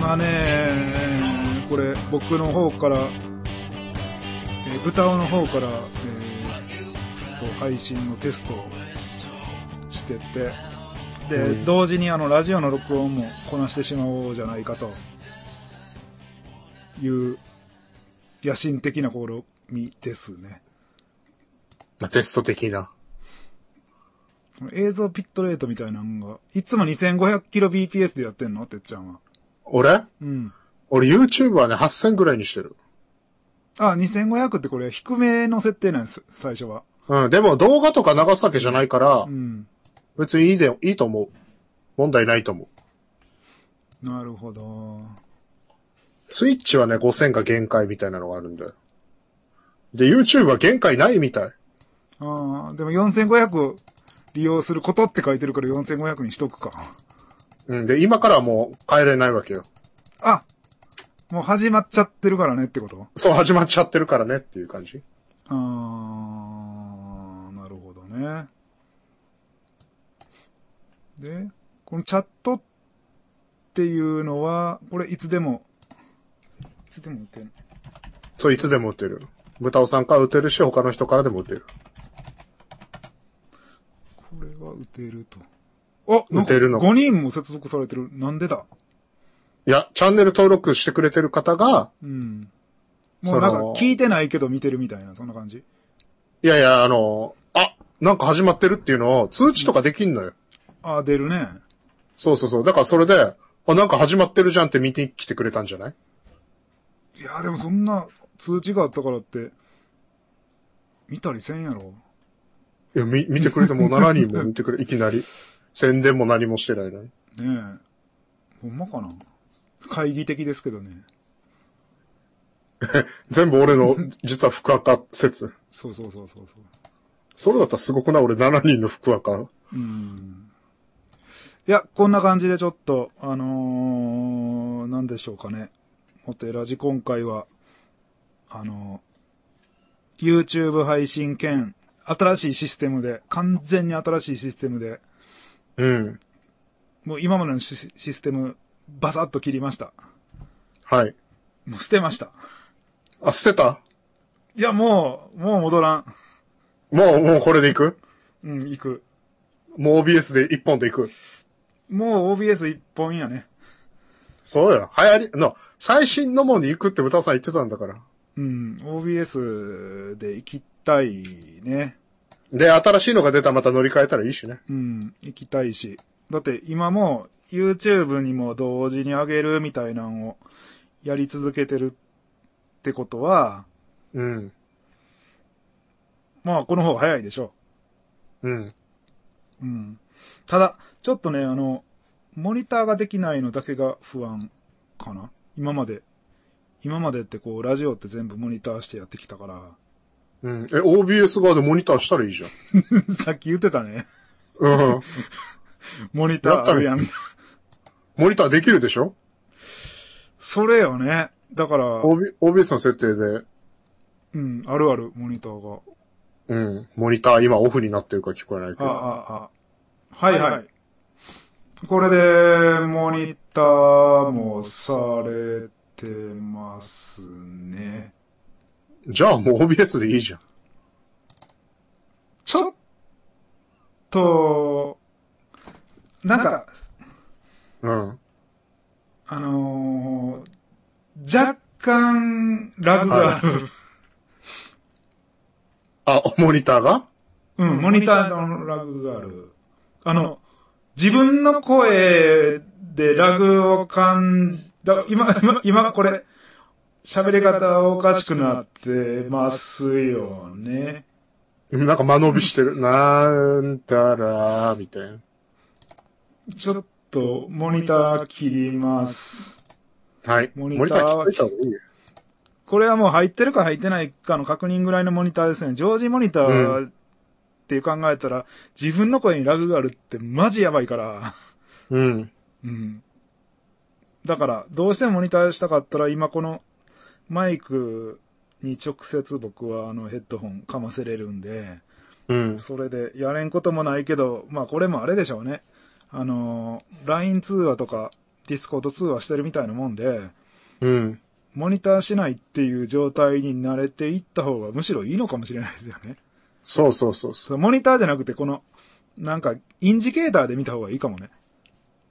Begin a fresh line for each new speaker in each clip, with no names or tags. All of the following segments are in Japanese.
まあね、これ、僕の方から、えー、豚尾の方から、えーと配信のテストをしてて、で、
うん
同時にあの、ラジオの録音もこなしてしまおうじゃないかと、いう、野心的な試みですね。
まあ、テスト的な。
この映像ピットレートみたいなのが、いつも 2500kbps でやってんのてっちゃんは。
俺
うん。
俺 YouTube はね、8000ぐらいにしてる。
あ、2500ってこれ低めの設定なんです、最初は。
うん、でも動画とか流すわけじゃないから
う、ん。
別にいいで、いいと思う。問題ないと思う。
なるほど。
スイッチはね、5000が限界みたいなのがあるんだよ。で、YouTube は限界ないみたい。
ああ、でも4500利用することって書いてるから4500にしとくか。
うん、で、今からはもう帰れないわけよ。
あもう始まっちゃってるからねってこと
そう、始まっちゃってるからねっていう感じ。
あー、なるほどね。で、このチャットっていうのは、これいつでも、いつでも打てる。
そう、いつでも打てる。豚尾さんから打てるし、他の人からでも打てる。
これは打てると。あ、なんか
打てるの
5人も接続されてる。なんでだ
いや、チャンネル登録してくれてる方が、
うん。もうなんか
その
聞いてないけど見てるみたいな、そんな感じ。
いやいや、あの、あ、なんか始まってるっていうのを通知とかできんのよ。
あー、出るね。
そうそうそう。だからそれで、あ、なんか始まってるじゃんって見に来てくれたんじゃない
いやーでもそんな通知があったからって、見たりせんやろ。
いや、み、見てくれてもう7人も見てくれ、いきなり。宣伝も何もしてないのに。
ねえ。ほんまかな会議的ですけどね。
全部俺の、 実は福赤説。
そうそうそうそうそう。
それだったらすごくない俺7人の福赤。
うん。いや、こんな感じでちょっと、あのー、なんでしょうかね。ホテラジ今回は、あのー、YouTube 配信兼、新しいシステムで、完全に新しいシステムで、
うん。
もう今までのシシステム、バサッと切りました。
はい。
もう捨てました。
あ、捨てた
いや、もう、もう戻らん。
もう、もうこれでいく
うん、行く。
もう OBS で1本でいく
もう OBS 一本やね。
そうよ。流行り、の、最新のもんに行くって豚さん言ってたんだから。
うん、OBS で行きたいね。
で、新しいのが出たらまた乗り換えたらいいしね。
うん、行きたいし。だって今も YouTube にも同時に上げるみたいなのをやり続けてるってことは、
うん。
まあこの方が早いでしょ
うん。
う。うん。ただ、ちょっとね、あの、モニターができないのだけが不安かな。今まで。今までってこう、ラジオって全部モニターしてやってきたから。
うん。え、OBS 側でモニターしたらいいじゃん。
さっき言ってたね。
うん。
モニターあるやん。
モニターできるでしょ
それよね。だから、
OB ?OBS の設定で、
うん、あるある、モニター
うん。モニター今オフになってるから聞こえないけ
が。あ
ど。
あ、ああ。はいはい。これで、モニターもされてますね。
じゃあもう OBS でいいじゃん。
ちょっと、なんか、
うん。
あのー若干、ラグがある。
あ、モニターが
うん、モニターのラグがある。あの、自分の声でラグを感じ、だ今、今、今これ、喋り方おかしくなってますよね。
なんか間延びして る。なんたらー、みたいな。
ちょっと、モニター切ります。
はい。
モ
モ
ニ
ニ
タ
タ
ー
ー
は
聞いた方がいいよ。
これはもう入ってるか入ってないかの確認ぐらいのモニターですね。常時モニタ
う
ーって考えたら、自分の声にラグがあるってマジやばいから。
うん。
うん。だから、どうしてもモニターしたかったら、今このマイクに直接僕はあのヘッドホンかませれるんで、
うん。
それでやれんこともないけど、まあこれもあれでしょうね。あのー、LINE 通話とかディスコード通話してるみたいなもんで、
うん。
モニターしないっていう状態に慣れていった方がむしろいいのかもしれないですよね。
そうそうそうそ
そのモニターじゃなくて、この、なんか、インジケーターで見た方がいいかもね。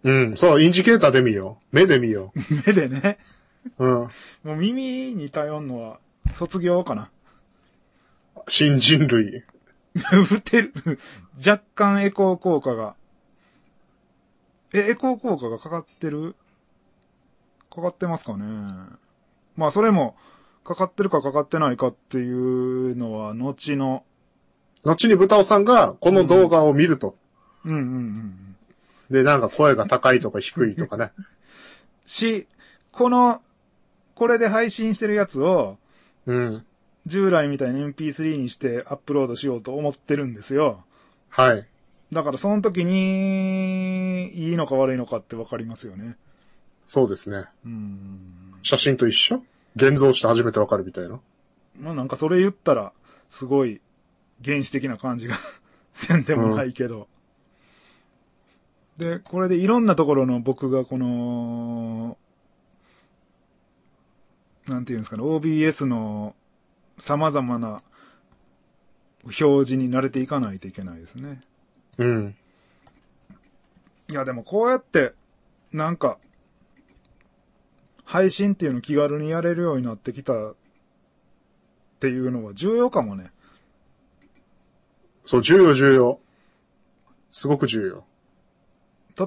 う。うん。そう、インジケーターで見よう。目で見よ
目でね。
う。 うん。
もう耳に頼んのは、卒業かな。
新人類。
打てる。 若干エコー効果が。え、エコー効果がかかってるかかってますかね。まあ、それも、かかってるかかかってないかっていうのは、後の、
後に豚尾さんがこの動画を見ると。
うんうんうんうん。
で、なんか声が高いとか低いとかね。
し、この、これで配信してるやつを、
うん。
従来みたいに MP3 にしてアップロードしようと思ってるんですよ。
はい。
だからその時に、いいのか悪いのかってわかりますよね。
そうですね。
うん。
写真と一緒現像して初めてわかるみたいな。
まあなんかそれ言ったら、すごい原始的な感じが せんでもないけど。で、これでいろんなところの僕がこの、なんていうんですかね、OBS の様々な表示に慣れていかないといけないですね。
うん。
いやでもこうやって、なんか、配信っていうの気軽にやれるようになってきたっていうのは重要かもね。
そう、重要重要。すごく重要。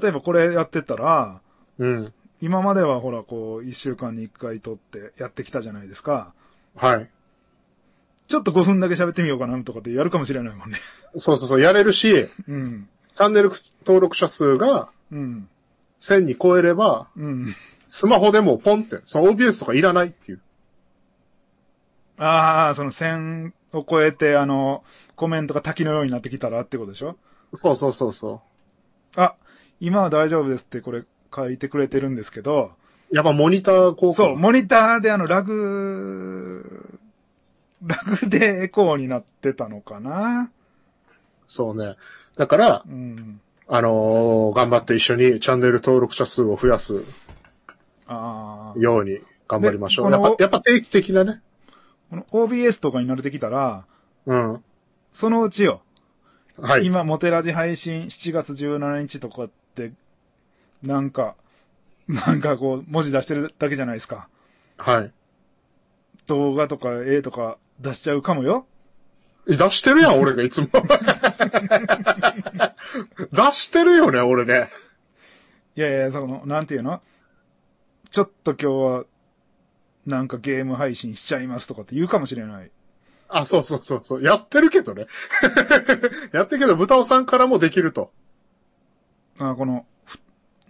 例えばこれやってたら、
うん。
今まではほらこう、一週間に一回撮ってやってきたじゃないですか。
はい。
ちょっと5分だけ喋ってみようかなとかってやるかもしれないもんね。
そうそうそう、やれるし、
うん。
チャンネル登録者数が
うん。
1000に超えれば、
うん。
スマホでもポンって、その OBS とかいらないっていう。
ああ、その1000を超えて、あの、コメントが滝のようになってきたらってことでしょ
そうそうそうそ
あ、今は大丈夫ですってこれ書いてくれてるんですけど、
う。やっぱモニター効果。
そう、モニターであの、ラグ、ラグでエコーになってたのかな
そうね。だから
う、ん。
あのー頑張って一緒にチャンネル登録者数を増やす
ああ。
ように頑張りましょう。
で
や
こ
っ
の
ぱ、やっぱ定期的なね。
この OBS とかに慣れてきたら、
うん。
そのうちよ、
はい。
今、モテラジ配信7月17日とかって、なんか、なんかこう、文字出してるだけじゃないですか。
はい。
動画とか絵とか出しちゃうかもよ。
え出してるや ん、俺がいつも。出してるよね、俺ね。
いやいや、その、なんていうのちょっと今日は、なんかゲーム配信しちゃいますとかって言うかもしれない。
あ、そうそうそうそう。やってるけどね。 やってるけど、豚尾さんからもできると。
あこの、ふ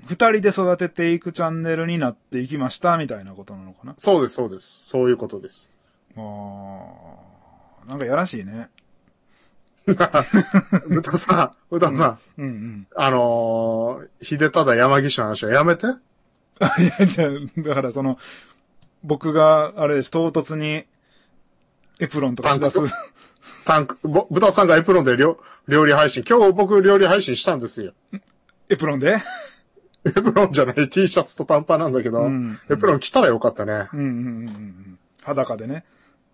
二人で育てていくチャンネルになっていきました、みたいなことなのかな。
そうです、そうです。そういうことです。
あーなんかやらしいね。
豚尾さん、豚尾さん、
うんうん。
あのー、秀忠山岸の話はやめて。
いや、 じゃあだからその、僕が、あれです、唐突に、エプロンとかしだす
パン。タンク、ぼ豚尾さんがエプロンで料料理配信。今日僕料理配信したんですよ。
エプロンで
エプロンじゃない T シャツと短パンなんだけど、
うん
エプロン着たらよかったね
う。んうんうんうんうん。裸でね。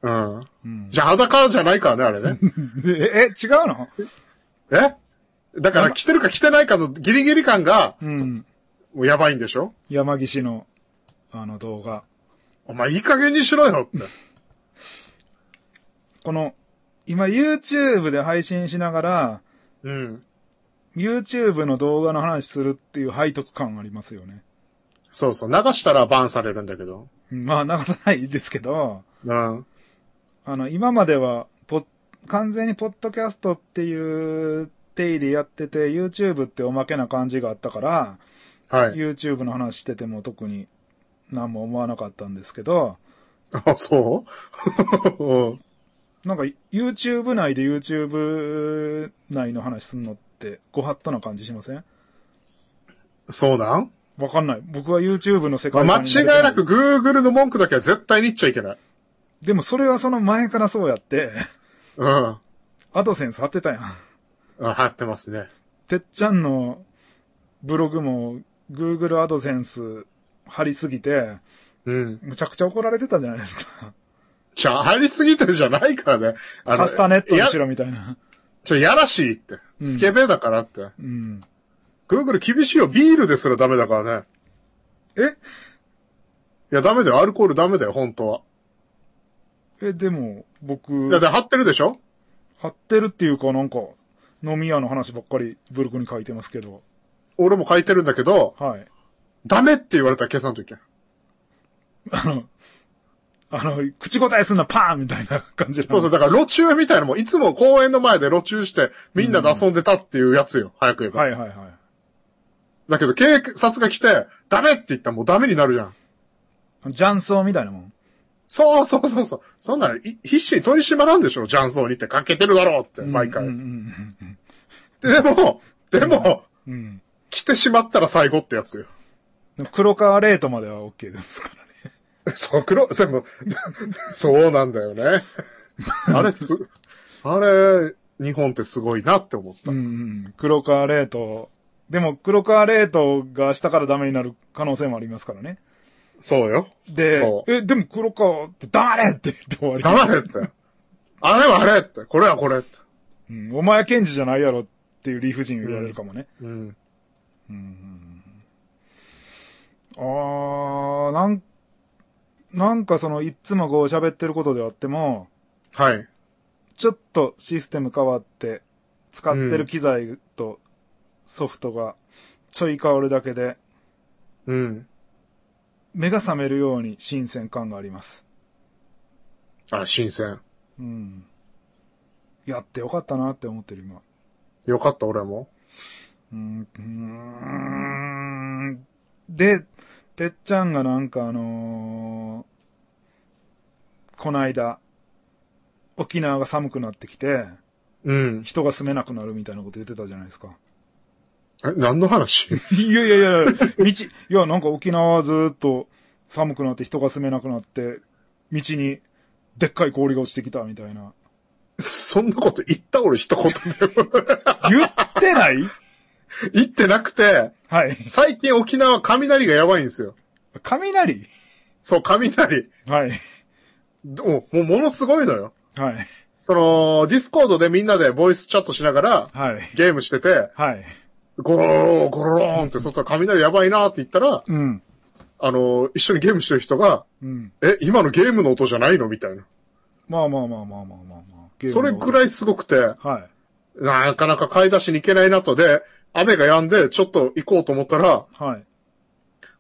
うん。
うん。
じゃあ裸じゃないからね、あれね。
でえ、え違うの
えだから着てるか着てないかのギリギリ感が、
うん。
もうやばいんでしょ
山岸の、あの動画。
お前いい加減にしろよって。
この、今 YouTube で配信しながら、
うん。
YouTube の動画の話するっていう背徳感ありますよね。
そうそう。流したらバンされるんだけど。
うんまあ、なかないですけど、
うん。
あの、今までは、ポッ完全にポッドキャストっていう定義でやってて、YouTube っておまけな感じがあったから、
はい。
YouTube の話してても特に何も思わなかったんですけど、
あ、そううん
なんか YouTube 内で YouTube 内の話すんのってご法度な感じしません
そうなん
わかんない。僕は YouTube の世界
間
観に慣れ
違い
てい
なく。Google の文句だけは絶対に言っちゃいけない。
でもそれはその前からそうやって、
うん。あ
アドセンス貼ってたやん。
貼ってますね。
てっちゃんのブログも Google AdSense 貼りすぎて、
うん。
むちゃくちゃ怒られてたじゃないですか。
じゃあ、入りすぎてじゃないからね。あの
カスタネットに
や
しろみたいな。
ちょ、やらしいって。スケベだからって。
うん。
Google 厳しいよ。ビールですらダメだからね。
え
いや、ダメだよ。アルコールダメだよ、本当は。
え、でも、僕
いや、、で、貼ってるでしょ
貼ってるっていうかなんか、飲み屋の話ばっかりブルクに書いてますけど。
俺も書いてるんだけど、
はい。
ダメって言われたら消さんといけん。
あの、あの、口答えすんなパーンみたいな感じなの
そうそう、だから路中みたいなのも、いつも公園の前で路中して、みんなで遊んでたっていうやつよ、早く言えば。
はいはいはい。
だけど、警察が来て、ダメって言ったらもうダメになるじゃん。
雀荘みたいなもん。
そうそうそうそう。そんなん、い必死に取り締まらんでしょ、雀荘にってかけてるだろうって、毎回。
うんうん
でも、でも、
うんうん。うん
来てしまったら最後ってやつよ。
でも黒川レートまでは OK ですからね。
そう、黒、でも、そうなんだよね。 あれす、あれ、日本ってすごいなって思った。
うんうん。黒川レート。でも黒川レートが明日からダメになる可能性もありますからね。
そうよ。
で
そ、う
え、でも黒川って黙れって言って終わり。
黙れって。あれはあれって。これはこれって。
うん、お前検事じゃないやろっていう理不尽言われるかもね。
うん。
あー、なん、なんかその、いっつもこう喋ってることであっても、
はい。
ちょっとシステム変わって、使ってる機材とソフトがちょい変わるだけで、
うん。
目が覚めるように新鮮感があります。
あ、新鮮。
うん。やってよかったなって思ってる今。
よかった、俺も。
うんうーんで、てっちゃんがなんかあのーこないだ、沖縄が寒くなってきて、
うん。
人が住めなくなるみたいなこと言ってたじゃないですか。
え、何の話
いやいやいや、道、いやなんか沖縄はずっと寒くなって人が住めなくなって、道にでっかい氷が落ちてきたみたいな。
そんなこと言った俺一言でも
言ってない
言ってなくて、
はい。
最近沖縄雷がやばいんですよ。
雷
そう、雷。
はい。
もう、もうものすごいのよ。
はい。
その、ディスコードでみんなでボイスチャットしながら、
はい。
ゲームしてて、
はい。
ゴローン、ゴローンって外から雷やばいなって言ったら、
うん。
あの、一緒にゲームしてる人が、
うん。
え、今のゲームの音じゃないのみたいな。
まあまあまあまあまあまあまあ。
それぐ
い。
らいすごくて、
はい。
なかなか買い出しに行けないなとで、雨が止んでちょっと行こうと思ったら、
はい。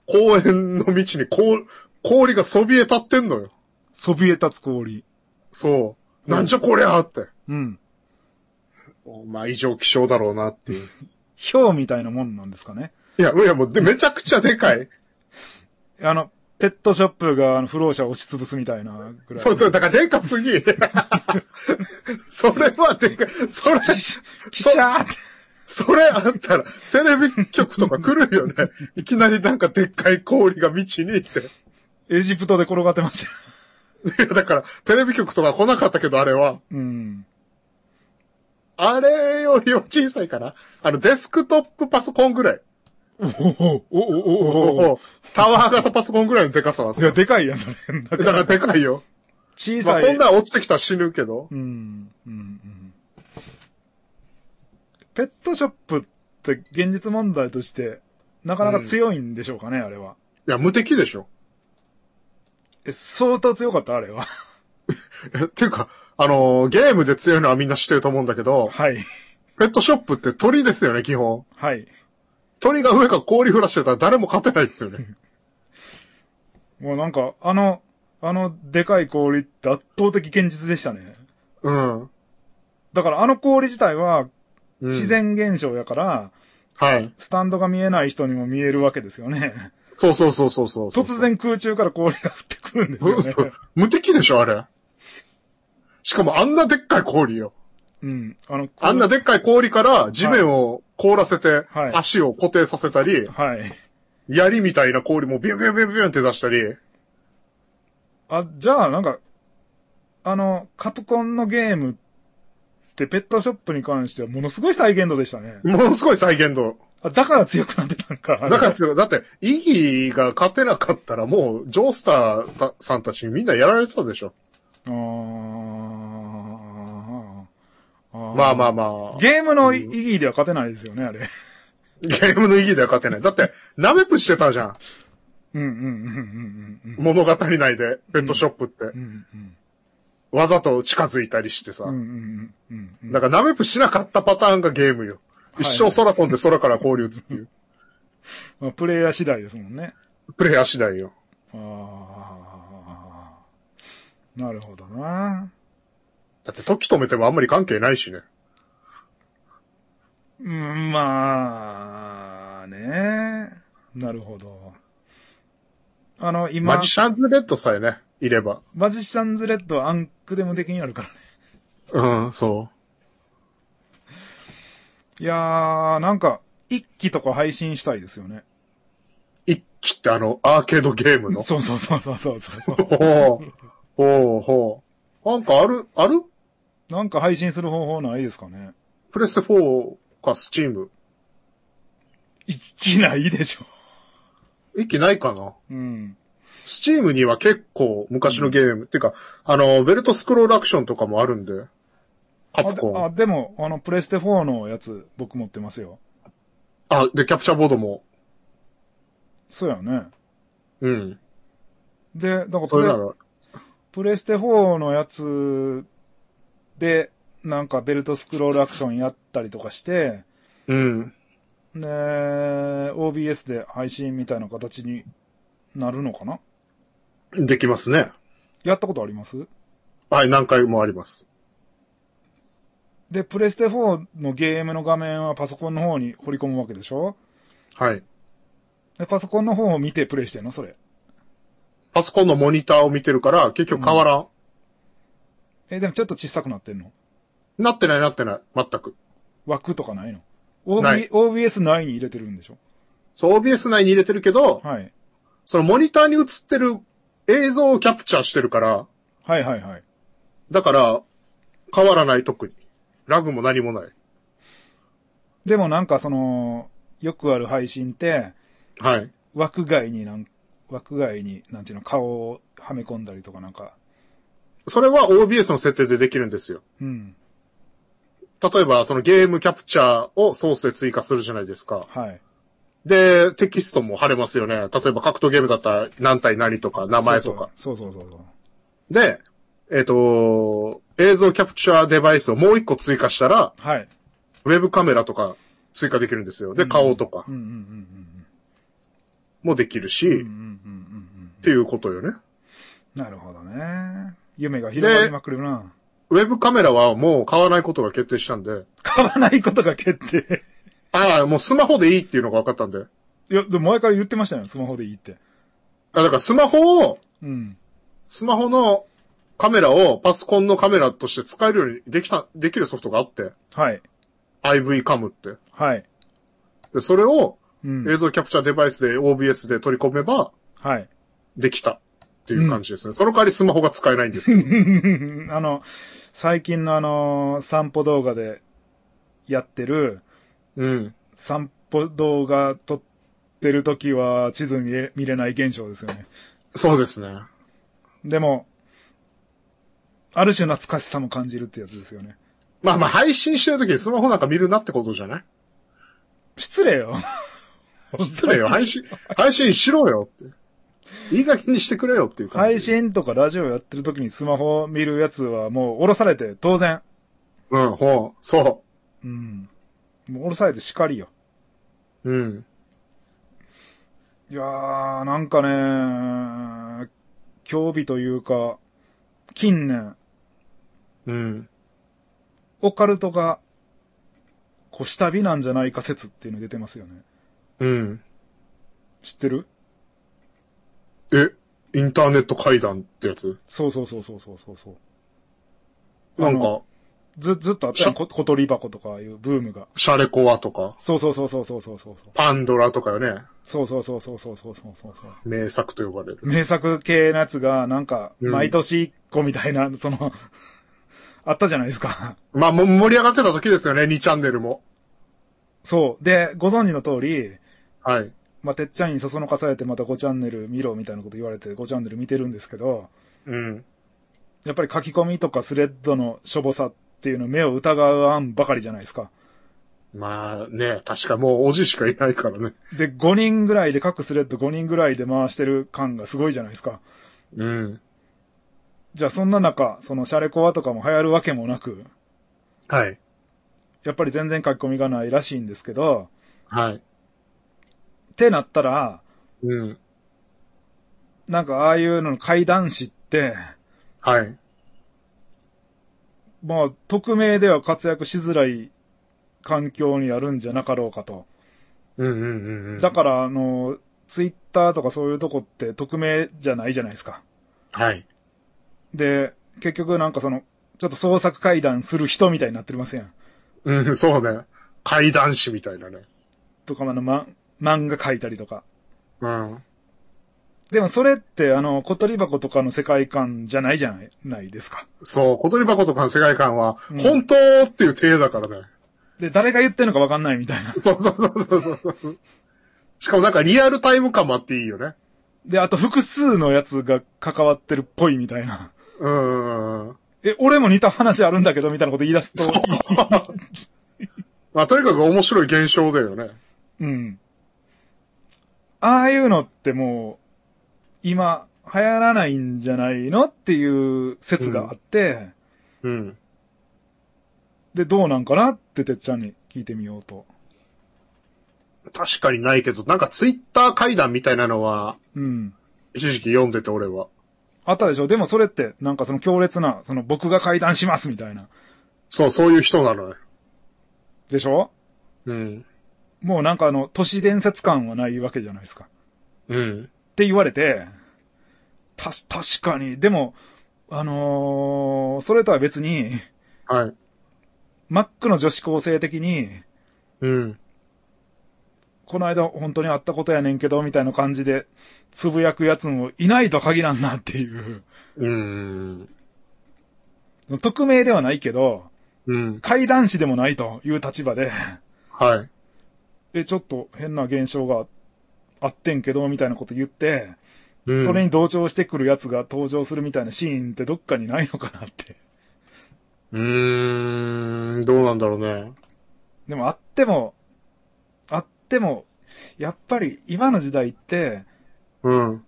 公園の道にこう氷がそびえ立ってんのよ。
そびえ立つ氷。
そう。なんじゃこりゃーって。
うん。
おまあ、異常気象だろうなっていう。
氷みたいなもんなんですかね。
いや、いや、もう、で、めちゃくちゃでかい。
あの、ペットショップがあの不老者を押し潰すみたいなぐらい。
そう、だからでかす ぎ。それはでかい。それ、
キシャーって。
それあったら、テレビ局とか来るよね。いきなりなんかでっかい氷が道にって。い
エジプトで転がってました。
や、だから、テレビ局とか来なかったけど、あれは。
うん。
あれよりは小さいかな。あの、デスクトップパソコンぐらい。
おおおおおお
タワー型パソコンぐらいのでかさだった
いや、でかいやん、それ。
だからでかいよ。
小
ま
さ
あ、
い。
こんなん落ちてきたら死ぬけど
う。ん。うん。うん。ペットショップって現実問題として、なかなか強いんでしょうかね、あれは。
いや、無敵でしょ。
え、相当強かった、あれは。
えっていうか、あのーゲームで強いのはみんな知ってると思うんだけど、
はい。
ペットショップって鳥ですよね、基本。
はい。
鳥が上から氷降らしてたら誰も勝てないですよね。
もうなんか、あの、あの、でかい氷って圧倒的現実でしたね。
うん。
だからあの氷自体は
うん
自。然現象やから、
はい。
スタンドが見えない人にも見えるわけですよね。
そうそうそうそうそうそう。
突然空中から氷が降ってくるんですよね。
無敵でしょ、あれ。しかもあんなでっかい氷よ。
うん。あの、
あんなでっかい氷から地面を凍らせて
はい、
足を固定させたり、
はい。
槍みたいな氷もビュンビュンビュンビュンって出したり、
あ、じゃあなんか、あの、カプコンのゲームってペットショップに関してはものすごい再現度でしたね。
ものすごい再現度。
あだから強くなってたんか。あれ
だから違う、だって、イギーが勝てなかったらもう、ジョースターたさんたちみんなやられてたでしょ。
あーあ
まあま
ま
あまあ。ゲ
ゲームの意義では勝てないですよね、あれ。
ームのイギーでは勝てない。だって、ナメプしてたじゃん。
うんうんうんうんうん
物語内で、ペットショップって。
うん。うんうん
わざと近づいたりしてさ。
うんうんうんうん。
だから、ナメプしなかったパターンがゲームよ。
い
一生空飛んで空から氷打つって いう。
まあプレイヤー次第ですもんね。
プレイヤー次第よ。
ああ。なるほどな。
だって、時止めてもあんまり関係ないしね。
うん、まあ、ね。なるほど。あの、今、
マジシャンズレッドさえね、いれば。
マジシャンズレッドはアンクでも的にあるからね。
うん、そ
いやー、なんか、一期とか配信したいですよね。
う。一気ってあの、アーケードゲームの。
そうそうそうそうそう そう。
ほう。ほうほう。なんかある、ある
なんか配信する方法ないですかね。
プレステ4かスチーム。
一期ないでしょ。
一気ないかな
うん。
スチームには結構昔のゲーム。てか、あの、ベルトスクロールアクションとかもあるんで。カ
あ
プコ
で
ン。
あ、でも、あの、プレステ4のやつ、僕持ってますよ。
あ、で、キャプチャーボードも。
そうやね。
うん。
で、だからプ
それ
レ
な、ら、
プレステ4のやつで、なんかベルトスクロールアクションやったりとかして、
うん。
ね OBS で配信みたいな形になるのかな
できますね。
やったことあります
はい、何回もあります。
で、プレステ4のゲームの画面はパソコンの方に掘り込むわけでしょ
はい。
で、パソコンの方を見てプレイしてんのそれ。
パソコンのモニターを見てるから、結局変わらん。
え、でもちょっと小さくなってんの
なってないなってない。全く。
枠とかないの
ない
?OB、OBS 内に入れてるんでしょ
そう、OBS 内に入れてるけど、
はい。
そのモニターに映ってる映像をキャプチャーしてるから、
はいはいはい。
だから、変わらない特に。ラグも何もない。
でもなんかその、よくある配信って、
はい。
枠外になん、枠外に、なんていうの、顔をはめ込んだりとかなんか。
それは OBS の設定でできるんですよ。
うん。
例えば、そのゲームキャプチャーをソースで追加するじゃないですか。
はい。
で、テキストも貼れますよね。例えば格闘ゲームだったら何対何とか名前とか。
そうそうそうそうそう。
で、えっ、と、映像キャプチャーデバイスをもう一個追加したら、
はい。
ウェブカメラとか追加できるんですよ。で、顔とか
うんうんうん
もできるし、
うんうん。うんうんうんうん
っていうことよね。
うん。なるほどね。夢が広がりまくるな。
ウェブカメラはもう買わないことが決定したんで、
買わないことが決定。
ああ、もうスマホでいいっていうのが分かったんで。
いや、でも前から言ってましたよ、スマホでいいって。
あ、だからスマホを、
うん。
スマホのカメラをパソコンのカメラとして使えるようにできた、できるソフトがあって、
はい。
IV カムって。
はい。
で、それを
うん。
映像キャプチャーデバイスで OBS で取り込めば
はい。
できたっていう感じですね。その代わりスマホが使えないんですけど。
あの、最近のあの、散歩動画でやってる、
うん。
散歩動画撮ってる時は地図見れ見れない現象ですよね。
そうですね。
でも、ある種懐かしさも感じるってやつですよね。
まあまあ配信してる時にスマホなんか見るなってことじゃない
失礼よ。
失礼よ。配信、配信しろよって。いい加減にしてくれよっていう感
配
じ。
信とかラジオやってる時にスマホ見るやつはもう降ろされて当然。
うん、ほう、そ
うん。もう降ろされて叱りよ。
う。うん。
いやー、なんかね、興味というか、近年、
うん。
オカルトが、こう、下火なんじゃないか説っていうの出てますよね。
うん。
知ってる
え、インターネット会談ってやつ
そうそうそうそうそうそうそう。
なん
あ
か
の、ず、ずっとあったやんこ小鳥箱とかいうブームが。
シャレコアとか、
そうそうそうそうそうそうそう。
パンドラとかよね。
そうそうそうそうそうそうそうそうそう。
名作と呼ばれる。
名作系のやつが、なんか、
うん
毎年一個みたいな、その、あったじゃないですか。
まあ、も盛り上がってた時ですよね、2チャンネルも。
そう。で、ご存知の通り、
はい。
まあ、てっちゃんにそそのかされてまた5チャンネル見ろみたいなこと言われて5チャンネル見てるんですけど、
うん。
やっぱり書き込みとかスレッドのしょぼさっていうの目を疑う案ばかりじゃないですか。
まあね、確かもうおじしかいないからね。
で、5人ぐらいで、各スレッド5人ぐらいで回してる感がすごいじゃないですか。
うん。
じゃあそんな中、そのシャレコアとかも流行るわけもなく、
はい。
やっぱり全然書き込みがないらしいんですけど、
はい。
ってなったら、
うん。
なんかああいうのの怪談師って、
はい。
まあ、匿名では活躍しづらい環境にあるんじゃなかろうかと。
うんうんうんうん。
だから、あの、ツイッターとかそういうとこって匿名じゃないじゃないですか。
はい。
で、結局なんかその、ちょっと創作怪談する人みたいになってますやん。
うん、そうね。怪談師みたいなね。
とか、あの、ま、漫画書いたりとか。
うん。
でもそれって、あの、小鳥箱とかの世界観じゃないじゃない、ないですか。
そう、小鳥箱とかの世界観は、
うん
本当っていう体だからね。
で、誰が言ってるのかわかんないみたいな。
そうそうそうそうそう。しかもなんかリアルタイム感もあっていいよね。
で、あと複数のやつが関わってるっぽいみたいな。
うーん。
え、俺も似た話あるんだけど、みたいなこと言い出す
そう
と。。
まあ、とにかく面白い現象だよね。
うん。ああいうのってもう、今、流行らないんじゃないのっていう説があって、
うん。
で、どうなんかなっててっちゃんに聞いてみようと。
確かにないけど、なんかツイッター怪談みたいなのは、
うん。
一時期読んでて俺は。
あったでしょでもそれって、なんかその強烈な、その僕が会談しますみたいな。
そう、そういう人なのよ。
でしょ
うん。
もうなんかあの、都市伝説感はないわけじゃないですか。
うん。
って言われて、たし、確かに。でも、あのーそれとは別に、
はい。
マックの女子高生的に、
うん。
この間本当にあったことやねんけど、みたいな感じで、つぶやくやつもいないと限らんなっていう。
うん。
匿名ではないけど、
うん。
怪談師でもないという立場で、
はい。
え、ちょっと変な現象があってんけど、みたいなこと言って、
うん、
それに同調してくるやつが登場するみたいなシーンってどっかにないのかなって。
うーん、どうなんだろうね。
でもあっても、あっても、やっぱり今の時代って、
うん。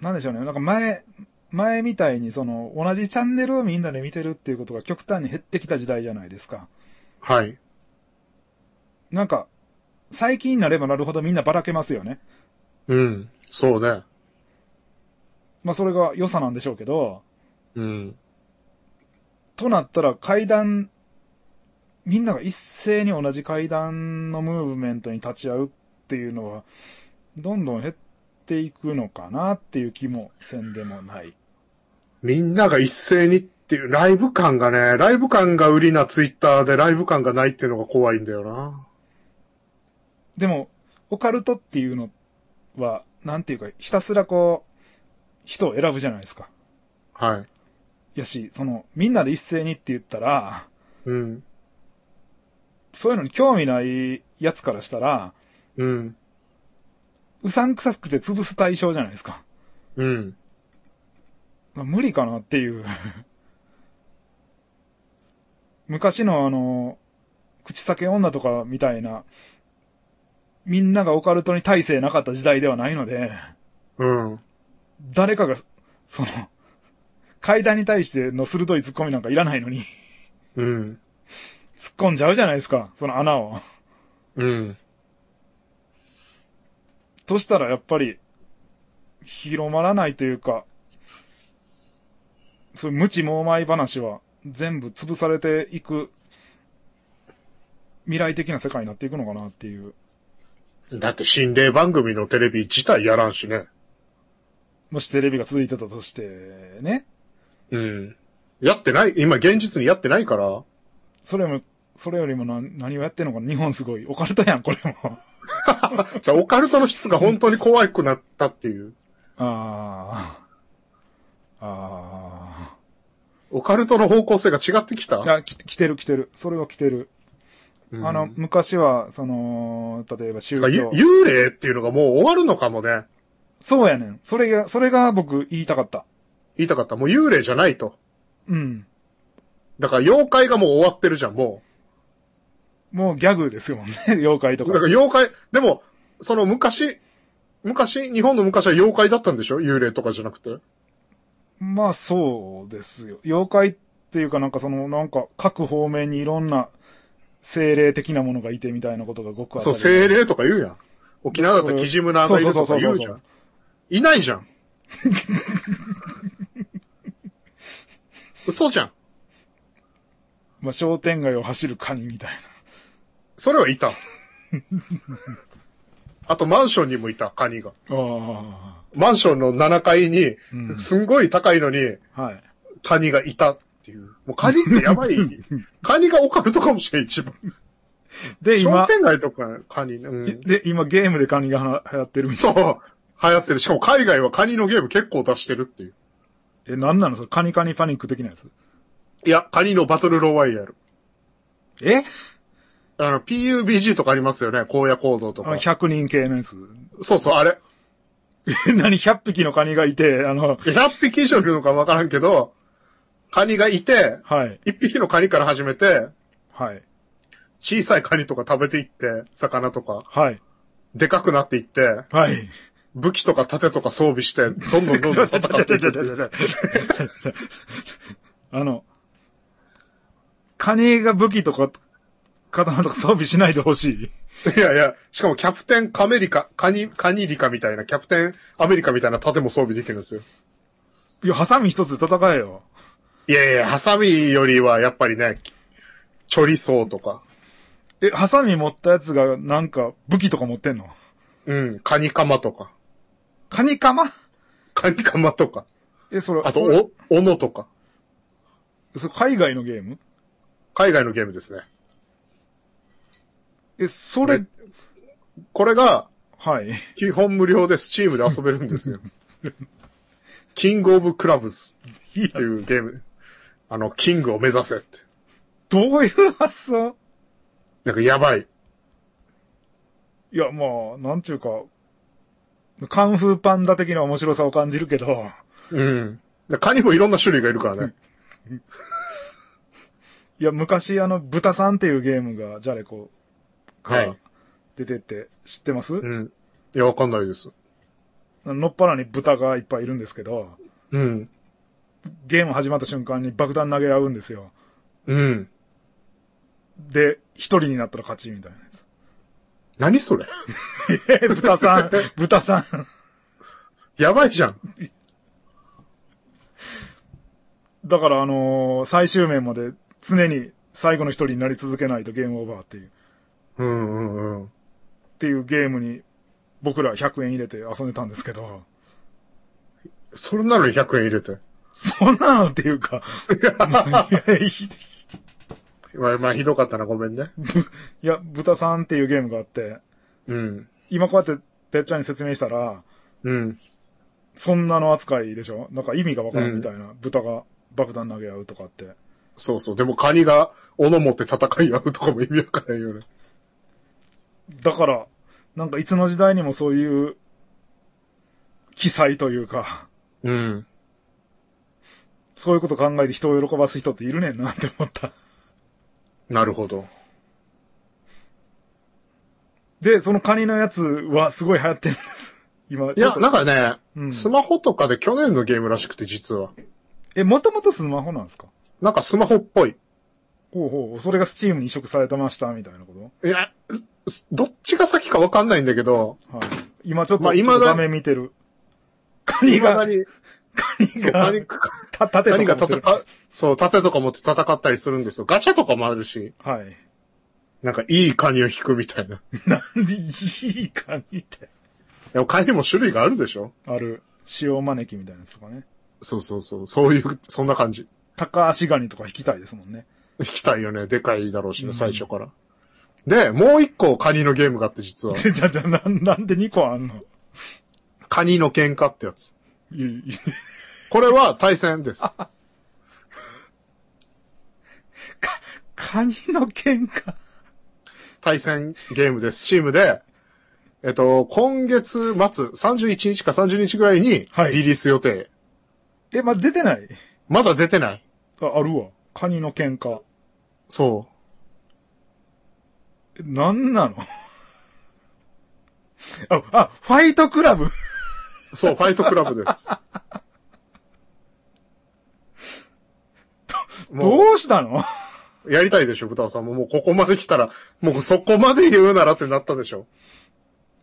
なんでしょうね。なんか前、前みたいにその、同じチャンネルをみんなで見てるっていうことが極端に減ってきた時代じゃないですか。
はい。
なんか、最近になればなるほどみんなばらけますよね。
うん。そうね。
まあそれが良さなんでしょうけど、
うん。
となったら階段、みんなが一斉に同じ階段のムーブメントに立ち会うっていうのは、どんどん減っていくのかなっていう気もせんでもない。
みんなが一斉にっていう、ライブ感がね、ライブ感が売りなツイッターでライブ感がないっていうのが怖いんだよな。
でも、オカルトっていうのは、なんていうか、ひたすらこう、人を選ぶじゃないですか。
はい。
やし、その、みんなで一斉にって言ったら、
うん。
そういうのに興味ないやつからしたら、
うん。
うさんくさくて潰す対象じゃないですか。
うん。
まあ無理かなっていう。 昔のあの、口裂け女とかみたいな、みんながオカルトに耐性なかった時代ではないので、
うん。
誰かが、その、階段に対しての鋭い突っ込みなんかいらないのに、
うん。
突っ込んじゃうじゃないですか、その穴を。
うん。
としたらやっぱり、広まらないというか、そういう無知猛昧話は全部潰されていく、未来的な世界になっていくのかなっていう。
だって心霊番組のテレビ自体やらんしね。
もしテレビが続いてたとして、ね。
うん。やってない、今現実にやってないから。
それも、それよりもな何をやってんのかな日本すごい。オカルトやん、これも。
じゃあオカルトの質が本当に怖くなったっていう。
ああ。あ
オカルトの方向性が違ってきた
あ。いや、き来てる来てる。それは来てる。
うん
あの、昔は、その、例えば宗
だからゆ
教。
幽霊っていうのがもう終わるのかもね。
そうやねん。それが、それが僕言いたかった。
言いたかった。もう幽霊じゃないと。
うん。
だから妖怪がもう終わってるじゃん、も
もうギャグですもんね。 妖怪と
う。だか
か。
ら妖怪、でも、その昔、昔、日本の昔は妖怪だったんでしょ幽霊とかじゃなくて。
まあそうですよ。妖怪っていうかなんかその、なんか各方面にいろんな精霊的なものがいてみたいなことがごくあ
そう、
霊。
精霊とか言うやん。沖縄だったらキジムナーがいるとか言うじ
そうそうそうそうそ
ゃん。いないじゃ ん。嘘じゃん。
まあ商店街を走るカニみたいな。
それはいた。あとマンションにもいた、カニが。
あ
マンションの7階に、
うん
すんごい高いのに、
あ。はい。
カニがいたっていう。もうカニってやば い。カニがオカルトかもしれん、一番。
で、
商
今、
店街とかカニね。うん、
で、今ゲームでカニがは流行ってるみたい。
そう。流行ってる。しかも海外はカニのゲーム結構出してるっていう。
え、なんなのそれカニカニパニック的なやつ。
いや、カニのバトルロワイヤル。
え
あの、PUBG とかありますよね。荒野行動と
あの、
か。
100人系のやつ。
そうそう、あれ。
何 ?100 匹のカニがいて、あの、
100匹以上いるのかわからんけど、カニがいて、
はい、
1匹のカニから始めて、
はい、
小さいカニとか食べていって、魚とか、
はい、
でかくなっていって、
はい。
武器とか盾とか装備して、どんどんどんど ん戦っていく。
あの、カニが武器とか、刀とか装備しないでほしい。
いやいや、しかもキャプテンカメリカ、カニ、カニリカみたいな、キャプテンアメリカみたいな盾も装備できるんですよ。
いや、ハサミ一つで戦えよ。
いやいや、ハサミよりはやっぱりね、チョリソーとか、
え、ハサミ持ったやつがなんか武器とか持ってんの
うん、カニカマとか、
カニカマ
カニカマとか、
え、それ、
あと、
それ
お、斧とか、
それ海外のゲーム
海外のゲームですね。
え、それ
ね、これが、
はい。
基本無料でスチームで遊べるんですよ。キングオブクラブズ
い
っていうゲーム。あの、キングを目指せって。
どういう発想
なんかやばい。
いや、まあ、なんちゅうか、カンフーパンダ的な面白さを感じるけど、
うん。でカニもいろんな種類がいるからね。
いや、昔、あの、ブタさんっていうゲームが、ジャレコから。出てって、知ってます、
うん。いや、わかんないです。
のっぱらに豚がいっぱいいるんですけど、
うん。
ゲーム始まった瞬間に爆弾投げ合うんですよ。
うん。
で、一人になったら勝ちみたいなやつ。
何それ
え、豚さん、豚さん。
やばいじゃん。
だから、あのー最終面まで常に最後の一人になり続けないとゲームオーバーっていう、
うんうんうん。
っていうゲームに、僕ら100円入れて遊んでたんですけど、
それなのに100円入れて。
そんなのっていうか、いやい
まあ、まあ、ひどかったな、ごめんね。
や、豚さんっていうゲームがあって、
うん。
今こうやって、てっちゃんに説明したら、
うん。
そんなの扱いでしょなんか意味がわからんみたいな、豚が爆弾投げ合うとかって。
そうそう。でもカニが斧持って戦い合うとかも意味わかんないよね。
だから、なんかいつの時代にもそういう、記載というか、
うん。
そういうこと考えて人を喜ばす人っているねんなって思った。
なるほど。
で、そのカニのやつはすごい流行ってるんです。今、
い
ちょ
や
っ、
な
と
ん、かね、
うん
スマホとかで去年のゲームらしくて、実は。
え、もともとスマホなんですか
なんかスマホっぽい。
ほうほう、それがスチームに移植されてました、みたいなこと
いや、すどっちが先かわかんないんだけど、
はい。今ちょっと、
まあ
ちょっと
未だに
画面見てる。カニ
未だ
が、
に、
カニ
そう
が
カ、ニ
た、縦
何
と
が
か持って
戦
る。、
そう、盾とか持って戦ったりするんですよ。ガチャとかもあるし、
はい。
なんかいいカニを引くみたいな。
なんでいいカニって。
でもカニも種類があるでしょ
ある、塩招きみたいなやつとかね。
そうそうそう。そういう、そんな感じ。
高足ガニとか引きたいですもんね。
引きたいよね。でかいだろうし
う
ね、
ん
最初から。で、もう一個カニのゲームがあって実 は、
じゃ、じゃ、じゃ、なん、なんで2個あんの
カニの喧嘩ってやつ。
いいい
これは対戦です。
カニの喧嘩。
対戦ゲームです。チームで、えっと、今月末、31日か30日ぐらいに
はい
リリース予定。
え、まだ出てない
まだ出てない。
あ、あるわ。カニの喧嘩。
そ
えなんなのあ、あ、ファイトクラブ
う。そう、ファイトクラブ です。も
どうしたの
う、やりたいでしょ、豚尾さんも。もうここまで来たら、もうそこまで言うならってなったでしょ。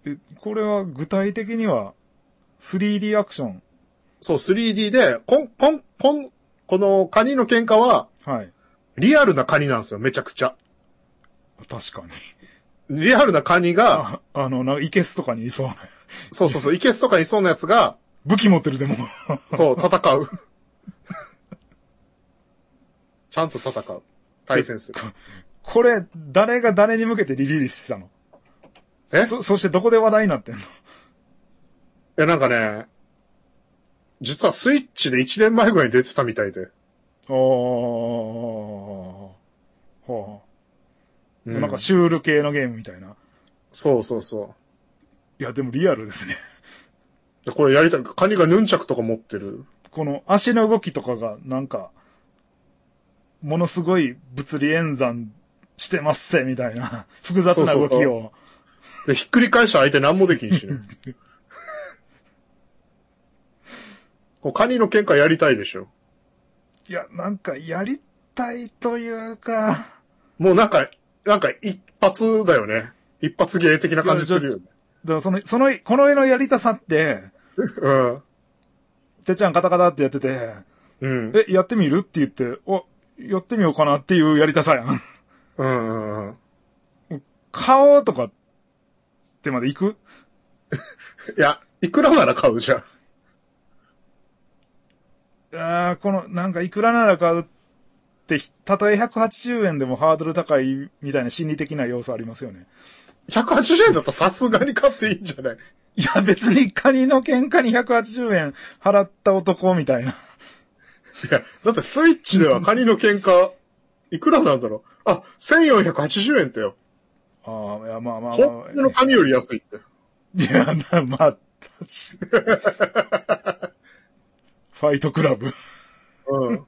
えこれは具体的には 3D アクション。
そう、3D で、こん、こん、こん、このカニの喧嘩は、
はい。
リアルなカニなんですよ、めちゃくちゃ。
確かに。
リアルなカニが、
あ、あの、なんか、イケスとかにいそうな。
そうそうそう、イケスとかにそうなやつが、
武器持ってるでも。
そう、戦う。 ちゃんと戦う。対戦する。
これ、誰が誰に向けてリリースしたの
え
そ、そしてどこで話題になってんの
いや、なんかね、実はスイッチで1年前ぐらいに出てたみたいで。
おー。はあ、
うん
なんか、シュール系のゲームみたいな。
そうそうそ
いや、でもリアルですね。
う。でこれやりたい。カニがヌンチャクとか持ってる。
この足の動きとかが、なんか、ものすごい物理演算してますせ、みたいな。 複雑な動きを。
そうそうそで、ひっくり返した相手何もできんしね。こうカニの喧嘩やりたいでしょ。
いや、なんか、やりたいというか。
もうなんか、なんか一発だよね。一発芸的な感じするよね。
だからその、その、この絵のやりたさって、
うん。
てっちゃんカタカタってやってて、
うん。
え、やってみるって言って、お、やってみようかなっていうやりたさやん。
うんうんうん。
顔とかってまで行く
いや、いくらなら買うじゃん。
ああ、この、なんかいくらなら買うって、たとえ180円でもハードル高いみたいな心理的な要素ありますよね。
180円だったらさすがに買っていいんじゃない
いや、別にカニの喧嘩に180円払った男みたいな。
いや、だってスイッチではカニの喧嘩、いくらなんだろうあ、1480円ってよ。
ああ、いや、まあまあま
本
あ。
当のカニより安いって。
いや、なまあ、確かファイトクラブ。
うん。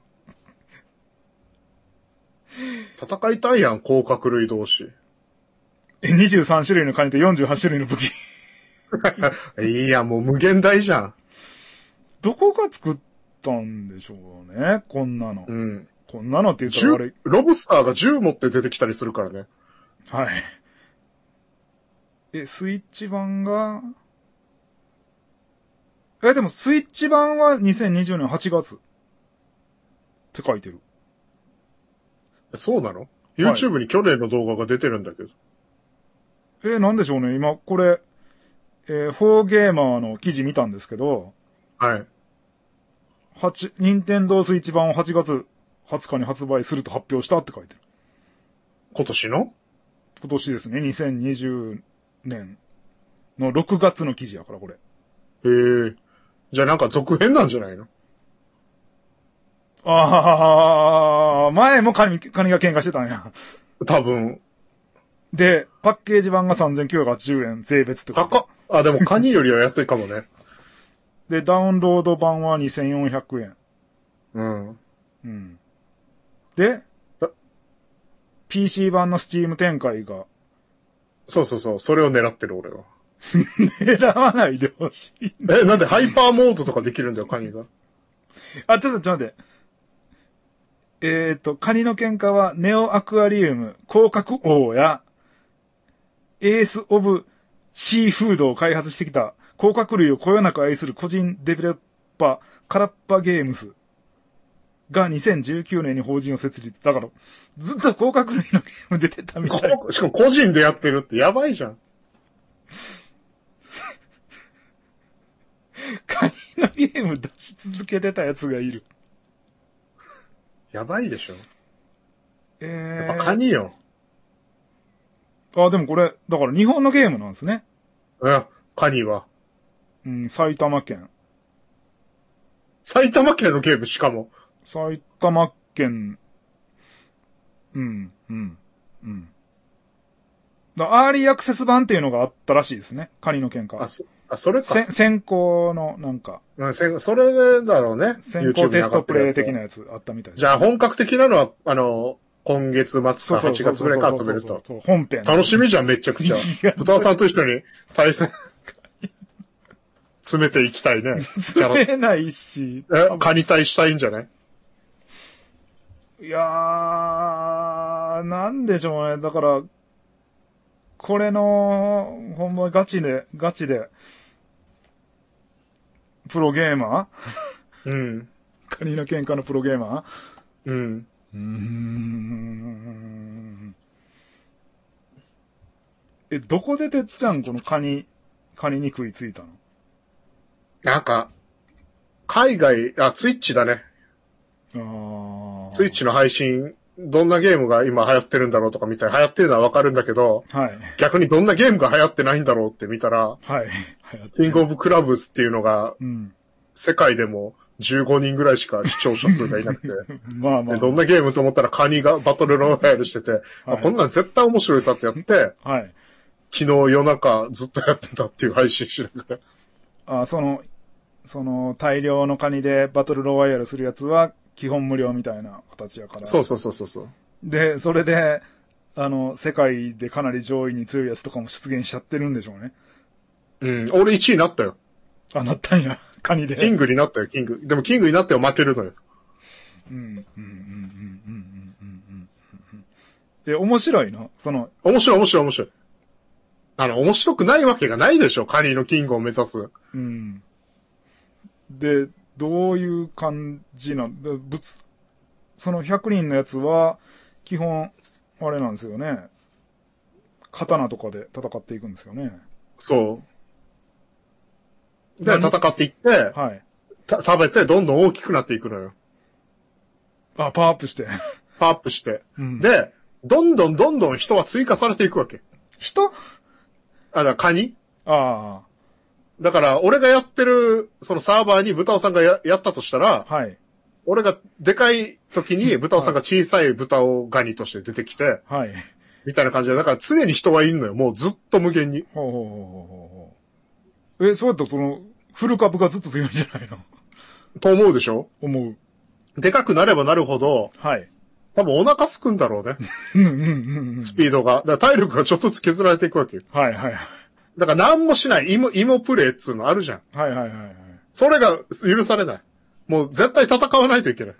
戦いたいやん、甲殻類同士。
え23種類のカニと48種類の武器。
いや、もう無限大じゃん。
どこが作ったんでしょうね、こんなの。
うん。
こんなのって言ったら悪
銃
い。、
ロブスターが銃持って出てきたりするからね。
はい。え、スイッチ版が、え、でもスイッチ版は2020年8月。って書いてる。
そうなの ?YouTube に去年の動画が出てるんだけど。
え、なんでしょうね、今これ、えー、4ゲーマーの記事見たんですけど、
はい。
8、任天堂スイッチ版を8月20日に発売すると発表したって書いてる。
今年の
今年ですね、2020年の6月の記事やから、これ。
へえ。じゃあなんか続編なんじゃないの
ああ、前もカニ、カニが喧嘩してたんや。
多分。
で、パッケージ版が3980円、税別ってこと
高っ。あ、でもカニよりは安いかもね。
で、ダウンロード版は2400円。
うん。
うん。で
あ、
PC 版の Steam 展開が、
そうそうそう。それを狙ってる俺は。
選ばないでほしい。
え、なんでハイパーモードとかできるんだよ、カニが。
あ、ちょっと、ちょっと待って。えっ、ー、と、カニの喧嘩は、ネオアクアリウム、広角王や、エース・オブ・シーフードを開発してきた、甲殻類をこよなく愛する個人デベロッパー、カラッパゲームスが2019年に法人を設立。だから、ずっと甲殻類のゲーム出てたみたい。
こしかも個人でやってるってやばいじゃん。
カニのゲーム出し続けてたやつがいる。
やばいでしょ。
え
やっぱカ
ー、
ニよ。
あ、でもこれ、だから日本のゲームなんですね。
うん、カニは。
うん、埼玉県。
埼玉県のゲームしかも。
埼玉県、うん、うん、うん。アーリーアクセス版っていうのがあったらしいですね。カニの喧嘩
あ、。そ、あ、それか。
先先行の、なんか、
うんせそれだろうね。
先行
YouTube
テ
に上
ス
が
ト
って
プ
る
レ
や
イ
つは
的なやつあったみたいです
じゃあ本格的なのは、あの、今月末か
そうそう
8月ぐらいから遊べる
そう
と。
そうそうそう本編。
楽しみじゃん、めちゃ くちゃ
いや。
豚尾さんと一緒に対戦。詰めていきたいね。キャ
作れないし。
ラ
多
え、
分
カニ対したいんじゃない
いやー、なんでしょうね。だから、これの、ほんまガチで、ガチで、プロゲーマ
うん。
ーカニの喧嘩のプロゲーマー
うん。
うーん。え、どこでてっちゃんこのカニ、カニに食いついたの
なんか、海外、あ、ツイッチだね。
あー
ツイッ。チの配信、どんなゲームが今流行ってるんだろうとか見たい。流行ってるのはわかるんだけど、
はい。
逆にどんなゲームが流行ってないんだろうって見たら、
はい。流行って
キングオブクラブスっていうのが
うん。
世界でも15人ぐらいしか視聴者数がいな くて、
まあま
でどん
あ。
なゲームと思ったらカニがバトルロワイヤルしてて、あこんなん絶対面白いさってやって、
はい。
昨日夜中ずっとやってたっていう配信しながら。
あ、その、その、大量のカニでバトルロワイヤルするやつは、基本無料みたいな形やから。
そうそうそうそうそう。
で、それで、あの、世界でかなり上位に強いやつとかも出現しちゃってるんでしょうね。
うん、俺1位になったよ。
あ、なったんや。カニで。
キングになったよ、キング。でもキングになっては負けるのよ。
うんうんうんうんうんうんうんうんうんえ、面白いな。その、
面白い、面白い、面白い。あの、面白くないわけがないでしょ、カニのキングを目指す。
うん。で、どういう感じなんで、ぶつ、その100人のやつは、基本、あれなんですよね。刀とかで戦っていくんですよね。
そう。で、
何
戦っていって、
はい。
た食べてどんどん大きくなっていくのよ。
あ、パワーアップして。
パワーアップして。
うん
で、どんどんどんどん人は追加されていくわけ。
人
あ、だからカニ
あ
だから、俺がやってる、そのサーバーに豚尾さんがややったとしたら
あ、、はい。
俺がでかい時に豚尾さんが小さい豚をガニとして出てきて、
はい。
みたいな感じで、だから常に人はいるのよ。もうずっと無限に。
ほうほうほうほうほうほう。え、そうやったらその、フル株がずっと強いんじゃないの
と思うでしょ
思う。
でかくなればなるほど、
はい。
多分お腹すくんだろうね。
うんうんうんうん。
スピードが。だから体力がちょっとずつ削られていくわけよ。
はいはいはい。
だから何もしない、芋、芋プレイっつうのあるじゃん。
はいはいはいはい。
それが許されない。もう絶対戦わないといけない。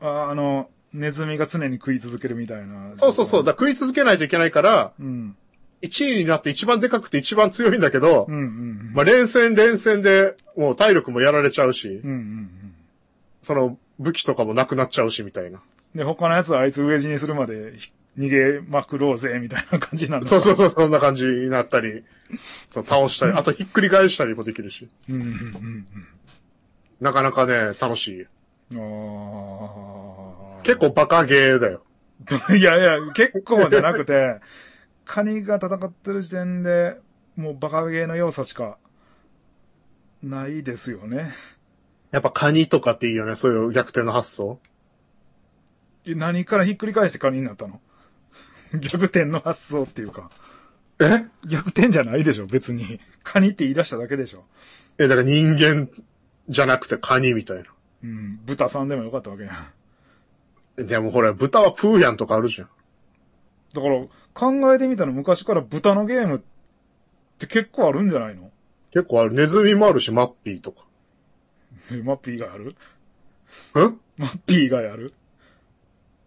ああの、ネズミが常に食い続けるみたいな。
そうそうそう。だから食い続けないといけないから、
うん。
1位になって一番でかくて一番強いんだけど
う、んうんうん。
まあ連戦連戦で、もう体力もやられちゃうし
う、んうんうん。
その武器とかもなくなっちゃうしみたいな。
で、他のやつはあいつ飢え死にするまでひ逃げまくろうぜ、みたいな感じなんだ。
そうそうそう、そんな感じになったり、そう倒したり、あとひっくり返したりもできるし。
う。うんうん
なかなかね、楽しい。
うんうん。ああ。
結構バカゲーだよ。
構。いやいや、結構じゃなくて、カニが戦ってる時点で、もうバカゲーの要素しか、ないですよね。
やっぱカニとかっていいよね、そういう逆転の発想。
え何からひっくり返してカニになったの 逆転の発想っていうか。
え
逆転じゃないでしょ、別に。カニって言い出しただけでしょ。
え、だから人間じゃなくてカニみたいな。
うん、豚さんでもよかったわけや。だ
でもほら、豚はプーヤンとかあるじゃん。
から、考えてみたら昔から豚のゲームって結構あるんじゃないの
結構ある。ネズミもあるし、マッピーとか。
えマッピー以外ある
え
マッピー以外ある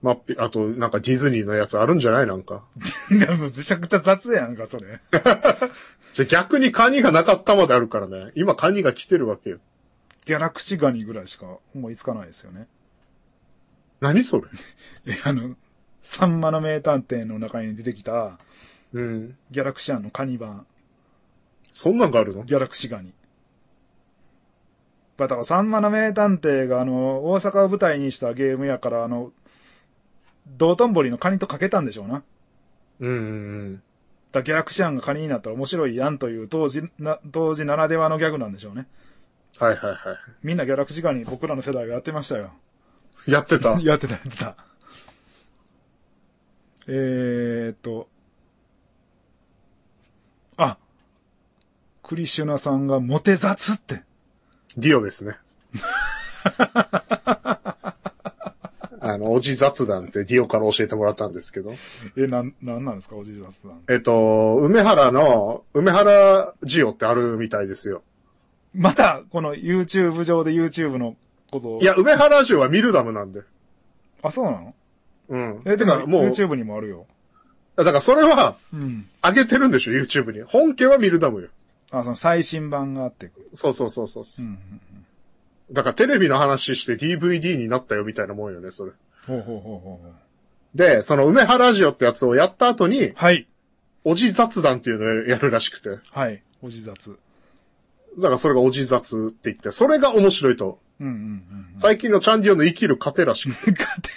マッピー、あと、なんかディズニーのやつあるんじゃないなんか。
でも、めちゃくちゃ雑やんか、それ。
じゃ、逆にカニがなかったまであるからね。今カニが来てるわけよ。
ギャラクシガニぐらいしか思いつかないですよね。
何それ
え、あの、サンマの名探偵の中に出てきた、
うん。
ギャラクシアンのカニ版、
そんなんがあるの
ギャラクシガニ。だから、サンマの名探偵が、あの、大阪を舞台にしたゲームやから、あの、道頓堀のカニとかけたんでしょうな。
うんうん
だギャラクシアンがカニになったら面白いやんという当時な、当時ならではのギャグなんでしょうね。
うん。はいはいは
みんなギャラクシガニ僕らの世代がやってました よ。。
い。やってた
やってた、やってた。えーっと、クリシュナさんがモテ雑って。
ディオですね。あの、おじ雑談ってディオから教えてもらったんですけど。
え、なん、なんなんですかおじい雑談。
えっと、梅原の、梅原ジオってあるみたいですよ。
また、この YouTube 上で YouTube のことを。
いや、、梅原ジオはミルダムなんで。
あ、そうなの
うん。
え、で
てか
も、
もう、
YouTube にもあるよ。
だからそれは、
うん。
上げてるんでしょ、YouTube に。本家はミルダムよ。
あ、その最新版があって。
そうそうそうそう。
う。
うんだからテレビの話して DVD になったよみたいなもんよね、それ。
ほうほうほうほうほう。
で、その梅原ジオってやつをやった後に、
はい。
おじ雑談っていうのをやるらしくて。
はい。おじ雑。
だからそれがおじ雑って言って、それが面白いと。
うんうんうん。
最近のチャンディオの生きる糧らしくて、
勝手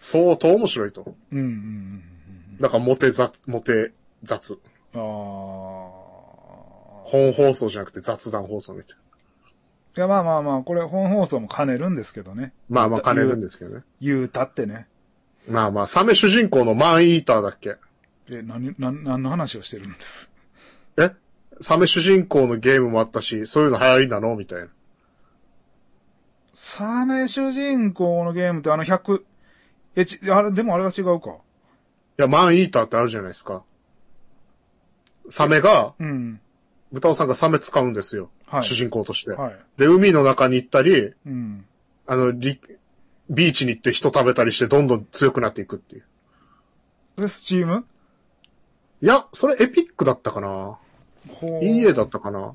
相当面白いと。
うんうんうん
だからモテ雑、モテ雑。
うん。ああ。
本放送じゃなくて雑談放送みたいな。
いや、まあまあまあ、これ本放送も兼ねるんですけどね。
まあまあ兼ねるんですけどね。
言うたってね。
まあまあ、サメ主人公のマンイーターだっけ
え、何、何、何の話をしてるんです。
えサメ主人公のゲームもあったし、そういうの流行りなのみたいな。
サメ主人公のゲームってあの100、え、ち、あれ、でもあれが違うか。
いや、マンイーターってあるじゃないですか。サメが、
うん。
豚尾さんがサメ使うんですよ。
はい
主人公として、
はい。
で、海の中に行ったり、
うん。
あの、りビーチに行って人食べたりしてどんどん強くなっていくっていう。
で、スチーム
いや、それエピックだったかな
ほう
?EA だったかな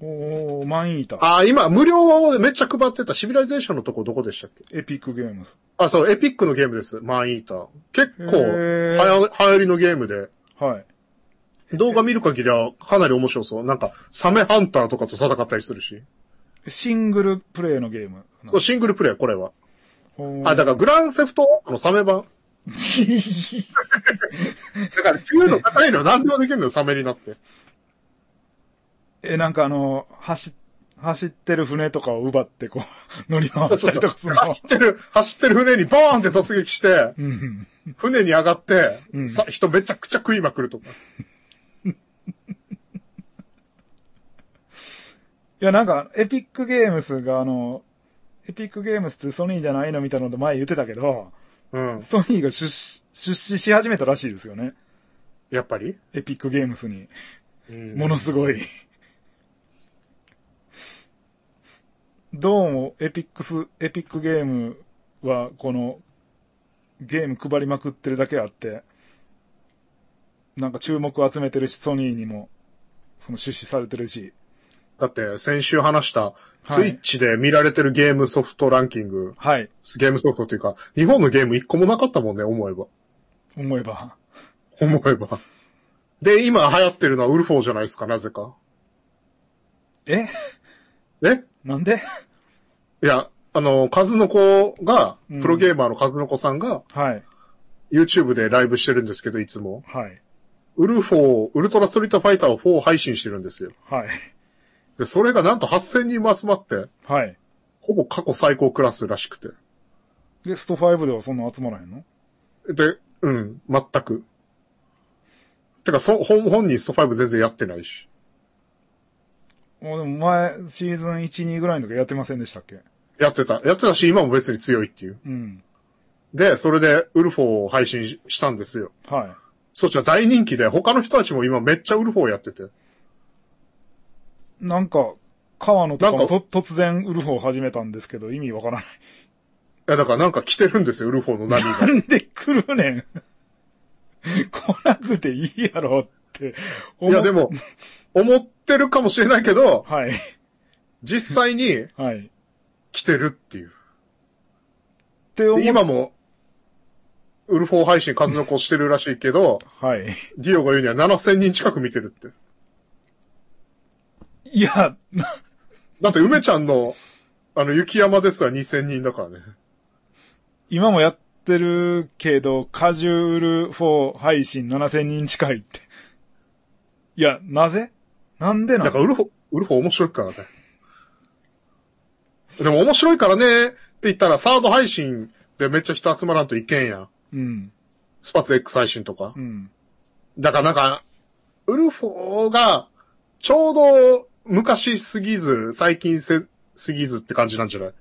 おー、マンイーター。
ああ、今、無料でめっちゃ配ってたシビライゼーションのとこどこでしたっけ
エピックゲームズ。
あ、そう、エピックのゲームです。マンイーター。結構、
へー
はや流行りのゲームで、
はい。
動画見る限りはかなり面白そう。なんか、サメハンターとかと戦ったりするし。
シングルプレイのゲーム。
そう、シングルプレイ、これは。
ほう
あ、だから、グランセフトオートのサメ版。だから、級の高いの何でもできるのよ、サメにな って。
え、なんかあの、走っ、走ってる船とかを奪ってこう、乗り回したりとかするの。
走ってる、走ってる船にバーンって突撃して、
うん。
船に上がって、
うん
さ人めちゃくちゃ食いまくるとか。
いや、なんか、エピックゲームスがあの、エピックゲームスってソニーじゃないのみたいなのと前言ってたけど、
うん。
ソニーが出資、出資し始めたらしいですよね。
やっぱり、
エピックゲームスに。も
も
のすごい。どうも、エピックス、エピックゲームは、この、ゲーム配りまくってるだけあって、なんか注目を集めてるし、ソニーにも、その出資されてるし、
だって、先週話した、
い
ツイッチで見られてるゲームソフトランキング、
はい、
ゲームソフトっていうか、日本のゲーム一個もなかったもんね、思えば。
思えば。
思えば。で、今流行ってるのはウルフォーじゃないですか、なぜか。
え
え
なんで
いや、あの、カズノコが、プロゲーマーのカズノコさんが、
はい、
YouTube でライブしてるんですけど、いつも。
はい、
ウルフォー、ウルトラストリートファイターを4配信してるんですよ。
はい、
で、それがなんと8000人も集まって、
はい。
ほぼ過去最高クラスらしくて。
で、スト5ではそんな集まらへんの
で、うん、全く。てか、そ、本、本人スト5全然やってないし。
もうでも前、シーズン1、2ぐらいの時やってませんでしたっけ
やってた。やってたし、今も別に強いっていう。
うん。
で、それで、ウルフォーを配信ししたんですよ。
はい。
そっちは大人気で、他の人たちも今めっちゃウルフォーやってて。
なんか、川野とか
な
も
んか
と突然ウルフを始めたんですけど、意味わからない。
いや、だからなんか来てるんですよ、ウルフォーの波
な
が。
んで来るねん。 来なくていいやろって思
い
っ。
や、でも、思ってるかもしれないけど、
はい。
実際に
はい。っ
来てるっていう。
て思
で
っ
今も、ウルフォー配信数の子してるらしいけど、
はい。
ディオが言うには7000人近く見てるって。
いや、 な
だって、梅ちゃんの、あの、雪山ですら2000人だからね。
今もやってるけど、カジュール4配信7000人近いって。いや、なぜなんでな
だ
の
から、ウルフォー、ウルフォー面白いからね。でも、面白いからね、って言ったら、サード配信でめっちゃ人集まらんといけんやん。
うん。
スパツ X 配信とか
う。ん。
だからなんか、ウルフォーが、ちょうど昔すぎず、最近せ、すぎずって感じなんじゃない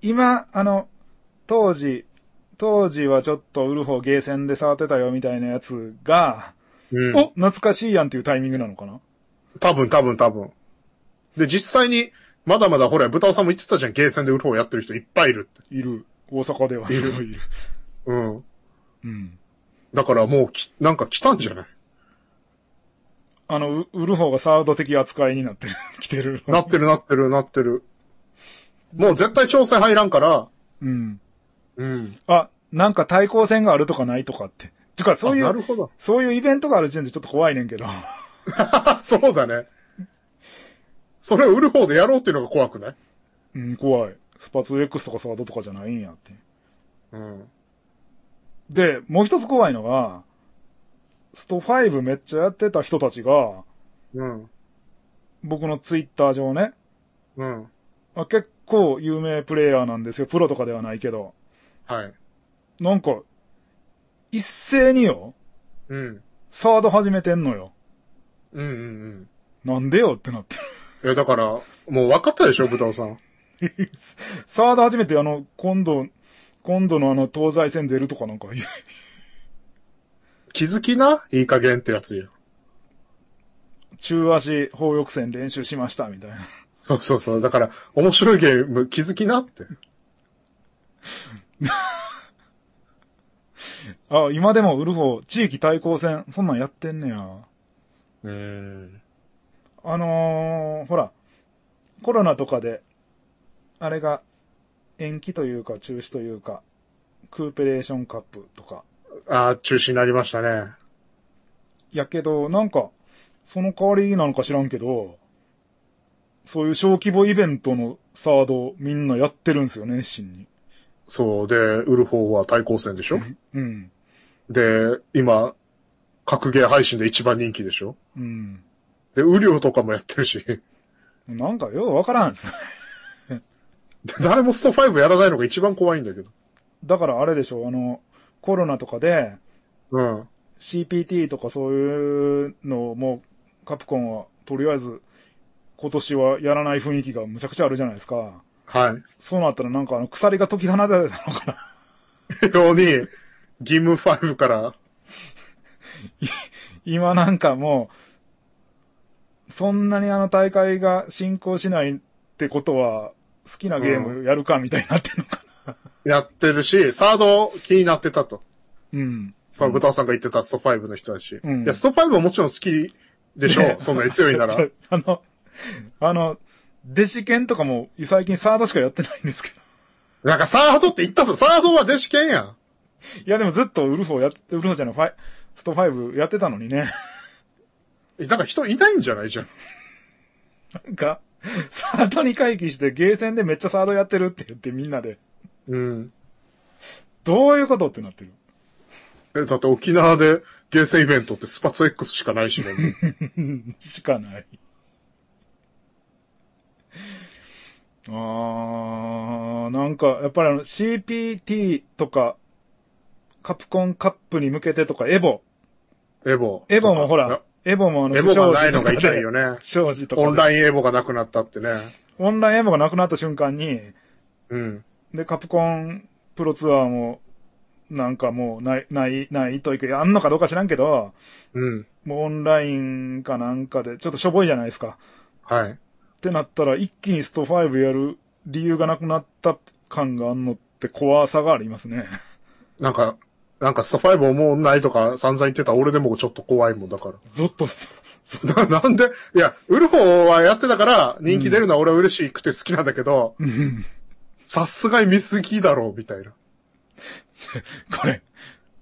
今、あの、当時、当時はちょっとウルフをゲーセンで触ってたよみたいなやつが、
うん
お懐かしいやんっていうタイミングなのかな
多分多分多分。で、実際に、まだまだほら、豚尾さんも言ってたじゃん、ゲーセンでウルフォーやってる人いっぱいいるって。
いる。大阪ではすごいいる。
うん。
うん。
だからもうき、なんか来たんじゃない
あの、ウウルフォーがサード的扱いになって る来てる。
なってるなってるなってる。もう絶対調整入らんから、
うん。
うん。
あ、なんか対抗戦があるとかないとかって。てか、そうい
あなる
う、
ほど。
そういうイベントがある時点でちょっと怖いねんけど。
あ、 そうだね。それを売る方でやろうっていうのが怖くない
うん、怖い。スパツ X とかサードとかじゃないんやって。
うん。
で、もう一つ怖いのが、スト5めっちゃやってた人たちが、
うん。
僕のツイッター上ね、
うん。
あ結構有名プレイヤーなんですよ。プロとかではないけど。
はい。
なんか、一斉によ、
うん。
サード始めてんのよ。
うんうんうん。
なんでよってなって
いや、だから、もう分かったでしょ、豚尾さん。
る。サード初めてあの、今度、今度のあの、東西戦出るとかなん か言う、
気づきないい加減ってやつよ。
中足、砲翼戦練習しました、みたいな。
そうそうそう。だから、面白いゲーム気づきなって。
あ、今でもウルフォー、地域対抗戦、そんなんやってんねや。
うん。
あのー、ほら、コロナとかで、あれが延期というか中止というか、クーペレーションカップとか、
ああ、中止になりましたね。
やけど、なんか、その代わりなのか知らんけど、そういう小規模イベントのサードをみんなやってるんですよね、熱心に。
そう。で、売る方は対抗戦でしょ
うん。
で、今、格ゲー配信で一番人気でしょ
うん。
で、雨量とかもやってるし。 で
なんかようわからんですよ。
誰もスト5やらないのが一番怖いんだけど。
だからあれでしょ、あの、コロナとかで、
うん。
CPT とかそういうのをもうカプコンはとりあえず今年はやらない雰囲気がむちゃくちゃあるじゃないですか。
はい。
そうなったらなんかあの鎖が解き放たれたのかな。
ように、義務5から、
今なんかもう、そんなにあの大会が進行しないってことは好きなゲームやるかみたいになってるのか
やってるし、サード気になってたと。
な。うん。
その豚尾さんが言ってたスト5の人たち。
うん
いや、スト5はもちろん好きでしょう。そんなに強いなら
ちょ。ちょあの、あの、弟子剣とかも最近サードしかやってないんですけど。
なんかサードって言ったぞ。サードは弟子剣やん。
いやでもずっとウルフをやって、ウルフじゃない、ファイ、スト5やってたのにね。
えなんか人いないんじゃないじゃん。
なんか、サードに回帰してゲーセンでめっちゃサードやってるって言ってみんなで、
うん。
どういうことってなってる。
え、だって沖縄でゲーセンイベントってスパツ X しかない しね。
しかない。あー、なんか、やっぱりあの、CPT とか、カプコンカップに向けてとか、エボ。
エボ。
エボもほら、エボもあの、
エ
不
ボがない
祥
の
事
が
とか
痛
で
い よね
不。祥事とかで。
オンラインエボがなくなったってね。
オンラインエボがなくなった瞬間に、
うん。
で、カプコンプロツアーも、なんかもう、ない、ない、ないというか、あんのかどうか知らんけど、
うん。
もうオンラインかなんかで、ちょっとしょぼいじゃないですか。
はい。
ってなったら、一気にスト5やる理由がなくなった感があんのって怖さがありますね。
なんか、なんかスト5思うないとか散々言ってた俺でもちょっと怖いもんだか
ゾッとする。
ら。 な、なんで、いや、売る方はやってたから人気出るのは俺は嬉しくて好きなんだけど、
うん
さすがに見すぎだろうみたいな。
これ、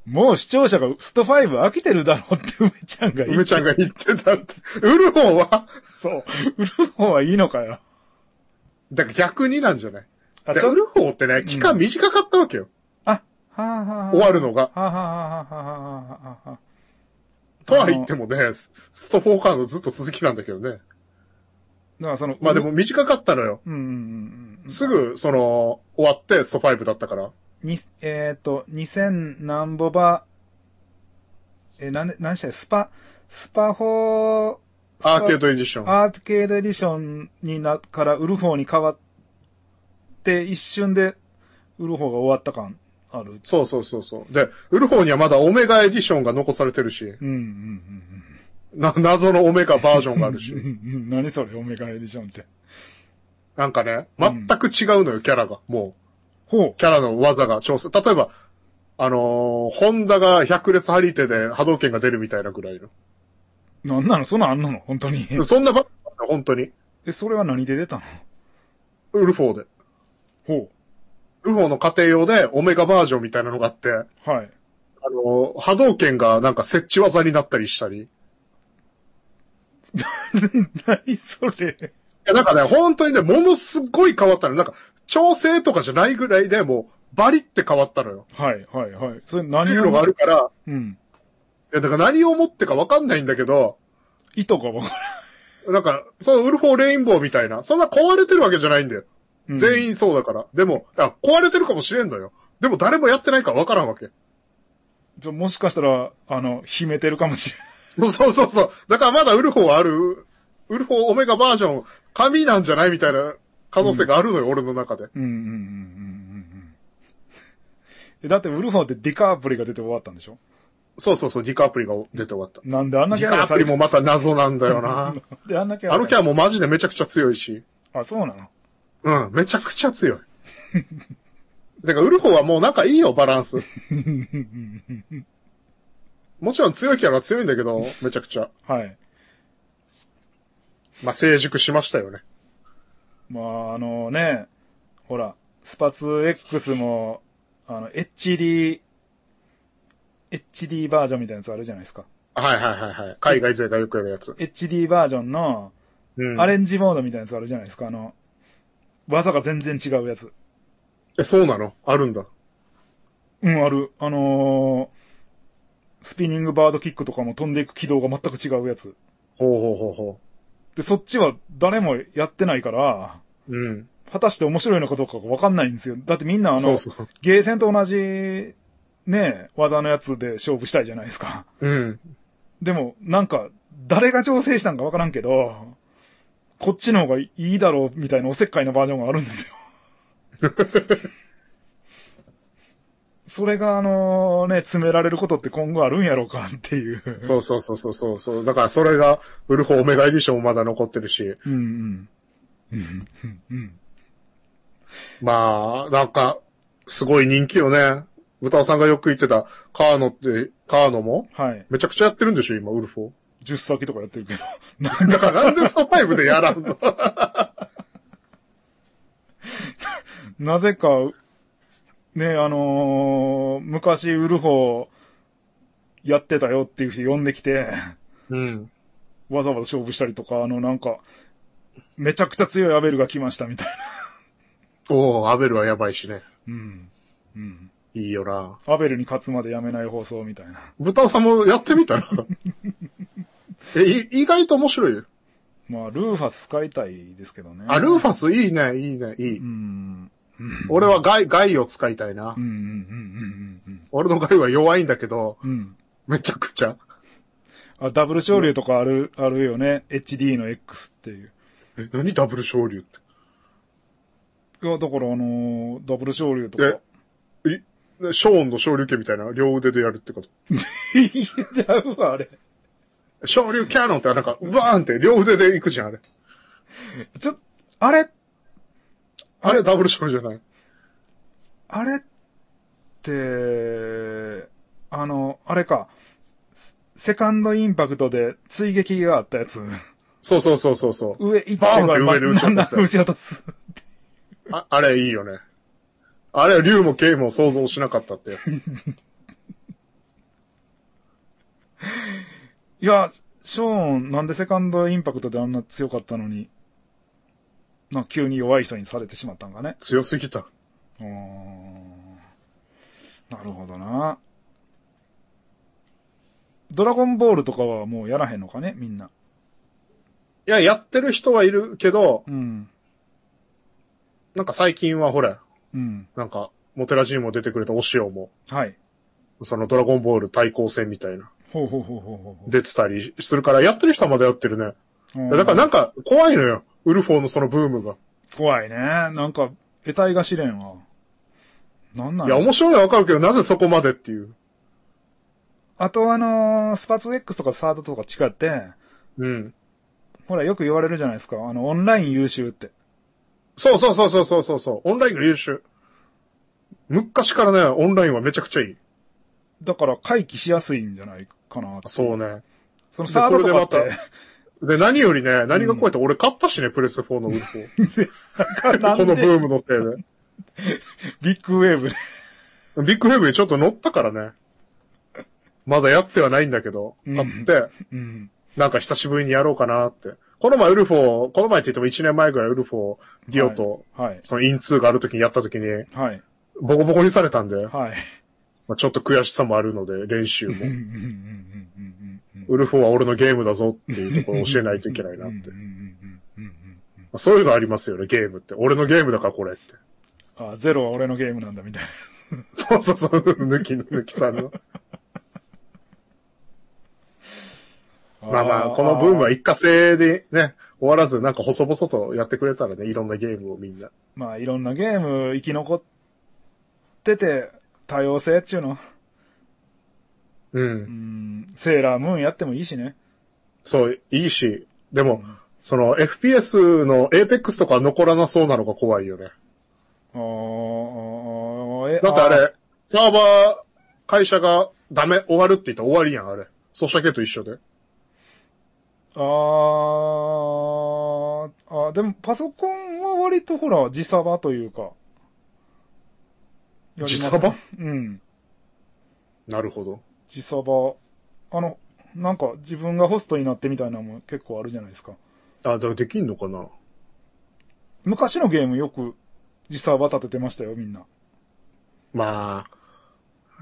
もう視聴者がスト5飽きてるだろうって梅ちゃんが言
梅
う。
ちゃんが言ってたって。売る方は、
そう。売る方はいいのかよ。
だから逆になんじゃない
あ、
で
ちょ
売る方ってね、期間短かったわけよ。
あ、はあはあはあ。
終わるのが。
はあはあはあはあはあはあはあ。
とは言ってもね、ススト4カードずっと続きなんだけどね。
だからその、
まあでも短かったのよ。
うん、うんうんうん。
すぐ、その、終わって、スト5だったから。
に、えっ、と、2000何ぼば、えー、なんで、何したっけスパ、スパ4、スパ
アーケードエディション。
アーケードエディションにな、から売る方に変わって、一瞬で売る方が終わった感ある。
そうそうそうそう。で、売る方にはまだオメガエディションが残されてるし、
うんうん
な、謎のオメガバージョンがある
うんう
し。
んうん。 何それ、オメガエディションって。
なんかね、
うん
全く違うのよ、キャラが。も
ほ
う、キャラの技が調整。例えば、あのーホンダが百列張り手で波動拳が出るみたいなぐらいの。
う。なんなのそんなんあんなの本当に。
そんなばっかり本当に。
え、それは何で出たの
ウルフォーで。
ほ
ウルフォーの家庭用でオメガバージョンみたいなのがあって、
う。 はい。
あの、波動拳がなんか設置技になったりしたり。い
何それ。
や、なんかね、本当にね、ものすごい変わったのよ。なんか、調整とかじゃないぐらいでもう、バリって変わったのよ。
はい、はい、はい。それ
って
何
いうのがあるから、い
うん。
や、だから何を持ってかわかんないんだけど、
意図がわから
なんか、そのウルフォーレインボーみたいな、そんな壊れてるわけじゃないんだよ。
ん。
全
員。
員そうだから。でも、あ、壊れてるかもしれんのよ。でも誰もやってないからわからんわけ。
ちょ、もしかしたら、あの、秘めてるかもしれない。
そうそうそうそう。だからまだウルフォーはある、ウルフォーオメガバージョン、神なんじゃないみたいな可能性があるのよ、俺の中で。
うんうんうんうんうんうんえ。だって、ウルフォンってディカープリが出て終わったんでしょ
そうそうそう、ディカアプリが出て終わった。
なんであんなキ
ディ
ャラ
カ
が
アプリもまた謎なんだ よ
な
な。
んであんなキャラ
あのキャ
ラ
ラもマジでめちゃくちゃ強いし。
あ、そうなの
うん、めちゃくちゃ強い。 だからウルフォーはもう仲いいよ、バラ ンス。もちろん強いキャラは強いんだけど、めちゃくちゃ。
はい。
まあ、成熟しましたよね。
まあ、あのね、ほら、スパツ X も、あの、HD、HD バージョンみたいなやつあるじゃないですか。
はいはいはいはい。海外勢がよくやるやつ。
HD バージョンの
うん。
アレンジモードみたいなやつあるじゃないですか。あの、技が全然違うやつ。
え、そうなのあるんだ。
うん、ある。あのースピニングバードキックとかも飛んでいく軌道が全く違うやつ。
ほうほうほうほ
で、そっちは誰もやってないから、
う。うん。
果たして面白いのかどうかがわかんないんですよ。だってみんなあの、
そうそう。
ゲーセンと同じ、ね、技のやつで勝負したいじゃないですか。
うん。
でも、なんか、誰が調整したんかわからんけど、こっちの方がいいだろうみたいなおせっかいなバージョンがあるんですよ。それが、あのね、詰められることって今後あるんやろうかっていう。
そうそうそうそうそうそう。だからそれが、ウルフォーオメガエディションもまだ残ってるし。
うんうん。うんうんうん。
まあ、なんか、すごい人気よね。歌尾さんがよく言ってた、カーノって、カーノも、
はい。
めちゃくちゃやってるんでしょ、今、ウルフォ
10先とかやってるけど。な
ー。だからなんでスト5でやらんの
なぜか、ね、あのー昔ウルホやってたよっていう人呼んできて、
うん。
わざわざ勝負したりとか、あの、なんか、めちゃくちゃ強いアベルが来ましたみたいな。
おーアベルはやばいしね。
うん。うん。
いいよな。
アベルに勝つまでやめない放送みたいな。
豚尾さんもやってみたらえ、い意外と面白いよ。
まあ、ルーファス使いたいですけどね。
あ、ルーフ
ァ
ァスいいね、いいね、いい。
うん。
俺はガイ、ガイを使いたいな
うん。うんうんうん
俺のガイは弱いんだけど、
うんうん。うん。
めちゃくちゃ。
あ、ダブル昇竜とかある、あるよね。HD の X っていう。
え、何ダブル昇竜っ
いや、だからあのーダブル昇竜と
て
か。。
え、いねショーンの昇竜拳みたいな、両腕でやるってこと。
いやちゃうわ、あれ。
昇竜キャノンってなんか、バーンって両腕で行くじゃん、あれ。
ちょ、あれ、
あれダブル昇竜じゃない。
あれって、あの、あれか。セセカンドインパクトで追撃があったやつ。
そうそうそうそうそう。
上行って
バーンって
ま
上で撃ち落とすやつ
なんだ撃ち落とす。
あ、あれいいよね。あれ、竜も剣も想像しなかったってやつ。
いや、ショーン、なんでセカンドインパクトであんな強かったのに、なんか急に弱い人にされてしまったんかね。
強すぎた。
うーんなるほどな。ドラゴンボールとかはもうやらへんのかね、みんな。
いや、やってる人はいるけど、
うん。
なんか最近はほら、
うん。
なんか、モテラジにも出てくれたお塩も、
はい。
そのドラゴンボール対抗戦みたいな。
ほうほうほうほうほうほう。
出てたりするから、やってる人はまだやってるね。
うん
だからなんか怖いのよ。ウルフォーのそのブームが。
怖いね。なんか、得体が知れんわ。なんなん
いや、面白いのはわかるけど、なぜそこまでっていう。
あとあのースパツ X とかサードとか違って、
うん。
ほらよく言われるじゃないですか。あの、オンライン優秀って。
そうそうそうそうそうそうそう。オンラインが優秀。昔からね、オンラインはめちゃくちゃいい。
だから回帰しやすいんじゃないかな。
そうね。
そのサードとかっ
これで
て
ま、で、何よりね、何が怖いって、俺買ったしね、プレス4のウルフォー。
なん
このブ
で
ームのせいで。
ビッグウェーブで。
ビッグウェーブにちょっと乗ったからね。まだやってはないんだけど、
うん
買って、
うん。
なんか久しぶりにやろうかなって。この前ウルフォー、この前って言っても1年前ぐらいウルフォー、ディオと、
はい。
そのイン2がある時にやった時に、
はい。
ボコボコにされたんで、
はい。
まあ、ちょっと悔しさもあるので、練習も
う。んうんうんうんうんうん
ウルフォーは俺のゲームだぞっていうところを教えないといけないなっ
うんうん
て。
う
ま
んうんうん
あそういうのありますよね、ゲームって。俺のゲームだからこれって。
うん。あ、ゼロは俺のゲームなんだみたいな。
そうそうそう、抜き、抜きさんの。まあまあ、このブームは一過性でね、終わらず、なんか細々とやってくれたらね、いろんなゲームをみんな。
まあ、いろんなゲーム生き残ってて、多様性っていうの。
う。
うんん、セーラームーンやってもいいしね。
そう、いいし、でも、その FPS の APEX とかは残らなそうなのが怖いよね。
あーあー、え
だってあれ、サーバー、会社がダメ、終わるって言ったら終わりやん、あれ。ソシャゲと一緒で。
あーあー、でもパソコンは割とほら、自サバというか。やります
自サバ
うん。
なるほど。
自サバ。あの、なんか自分がホストになってみたいなのも結構あるじゃないですか。
あ、だからできんのかな
昔のゲームよく自サバ立ててましたよ、みんな。
まあ、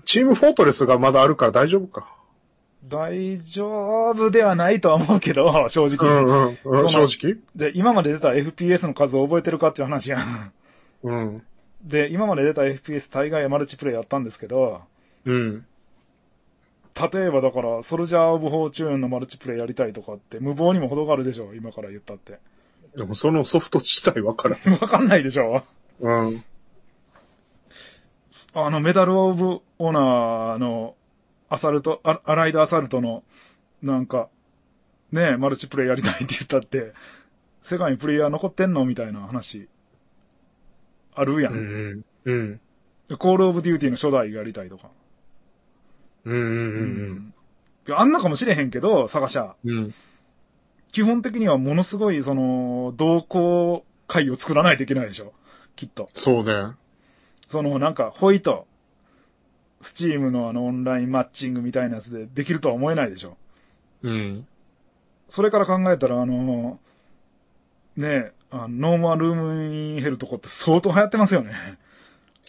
チームフォートレスがまだあるから大丈夫か。
大丈夫ではないとは思うけど、 正
う
直。
んうん、
そ
うん、
の
正直。
で、今まで出た FPS の数を覚えてるかっていう話やん。
うん。
で、今まで出た FPS 大概マルチプレイやったんですけど、
うん。
例えばだから、ソルジャー・オブ・フォーチューンのマルチプレイやりたいとかって、無謀にも程があるでしょ、今から言ったって。
でもそのソフト自体わからん。
わかんないでしょ
うん。
あの、メダル・オブ・オナーの、アサルト、アアライド・アサルトの、なんか、ねえ、マルチプレイやりたいって言ったって、世界にプレイヤー残ってんのみたいな話、あるや。
うんん。うん。
でコール・オブ・デューティーの初代やりたいとか。
うん。うん。
いやあんなかもしれへんけど、探しゃ。
うん。
基本的にはものすごい、その、同好会を作らないといけないでしょ。きっと。
そうね。
その、なんか、ホイと、スチームのあのオンラインマッチングみたいなやつでできるとは思えないでしょ。
うん。
それから考えたら、あの、ねえ、あのノーマルームインヘルとかって相当流行ってますよね。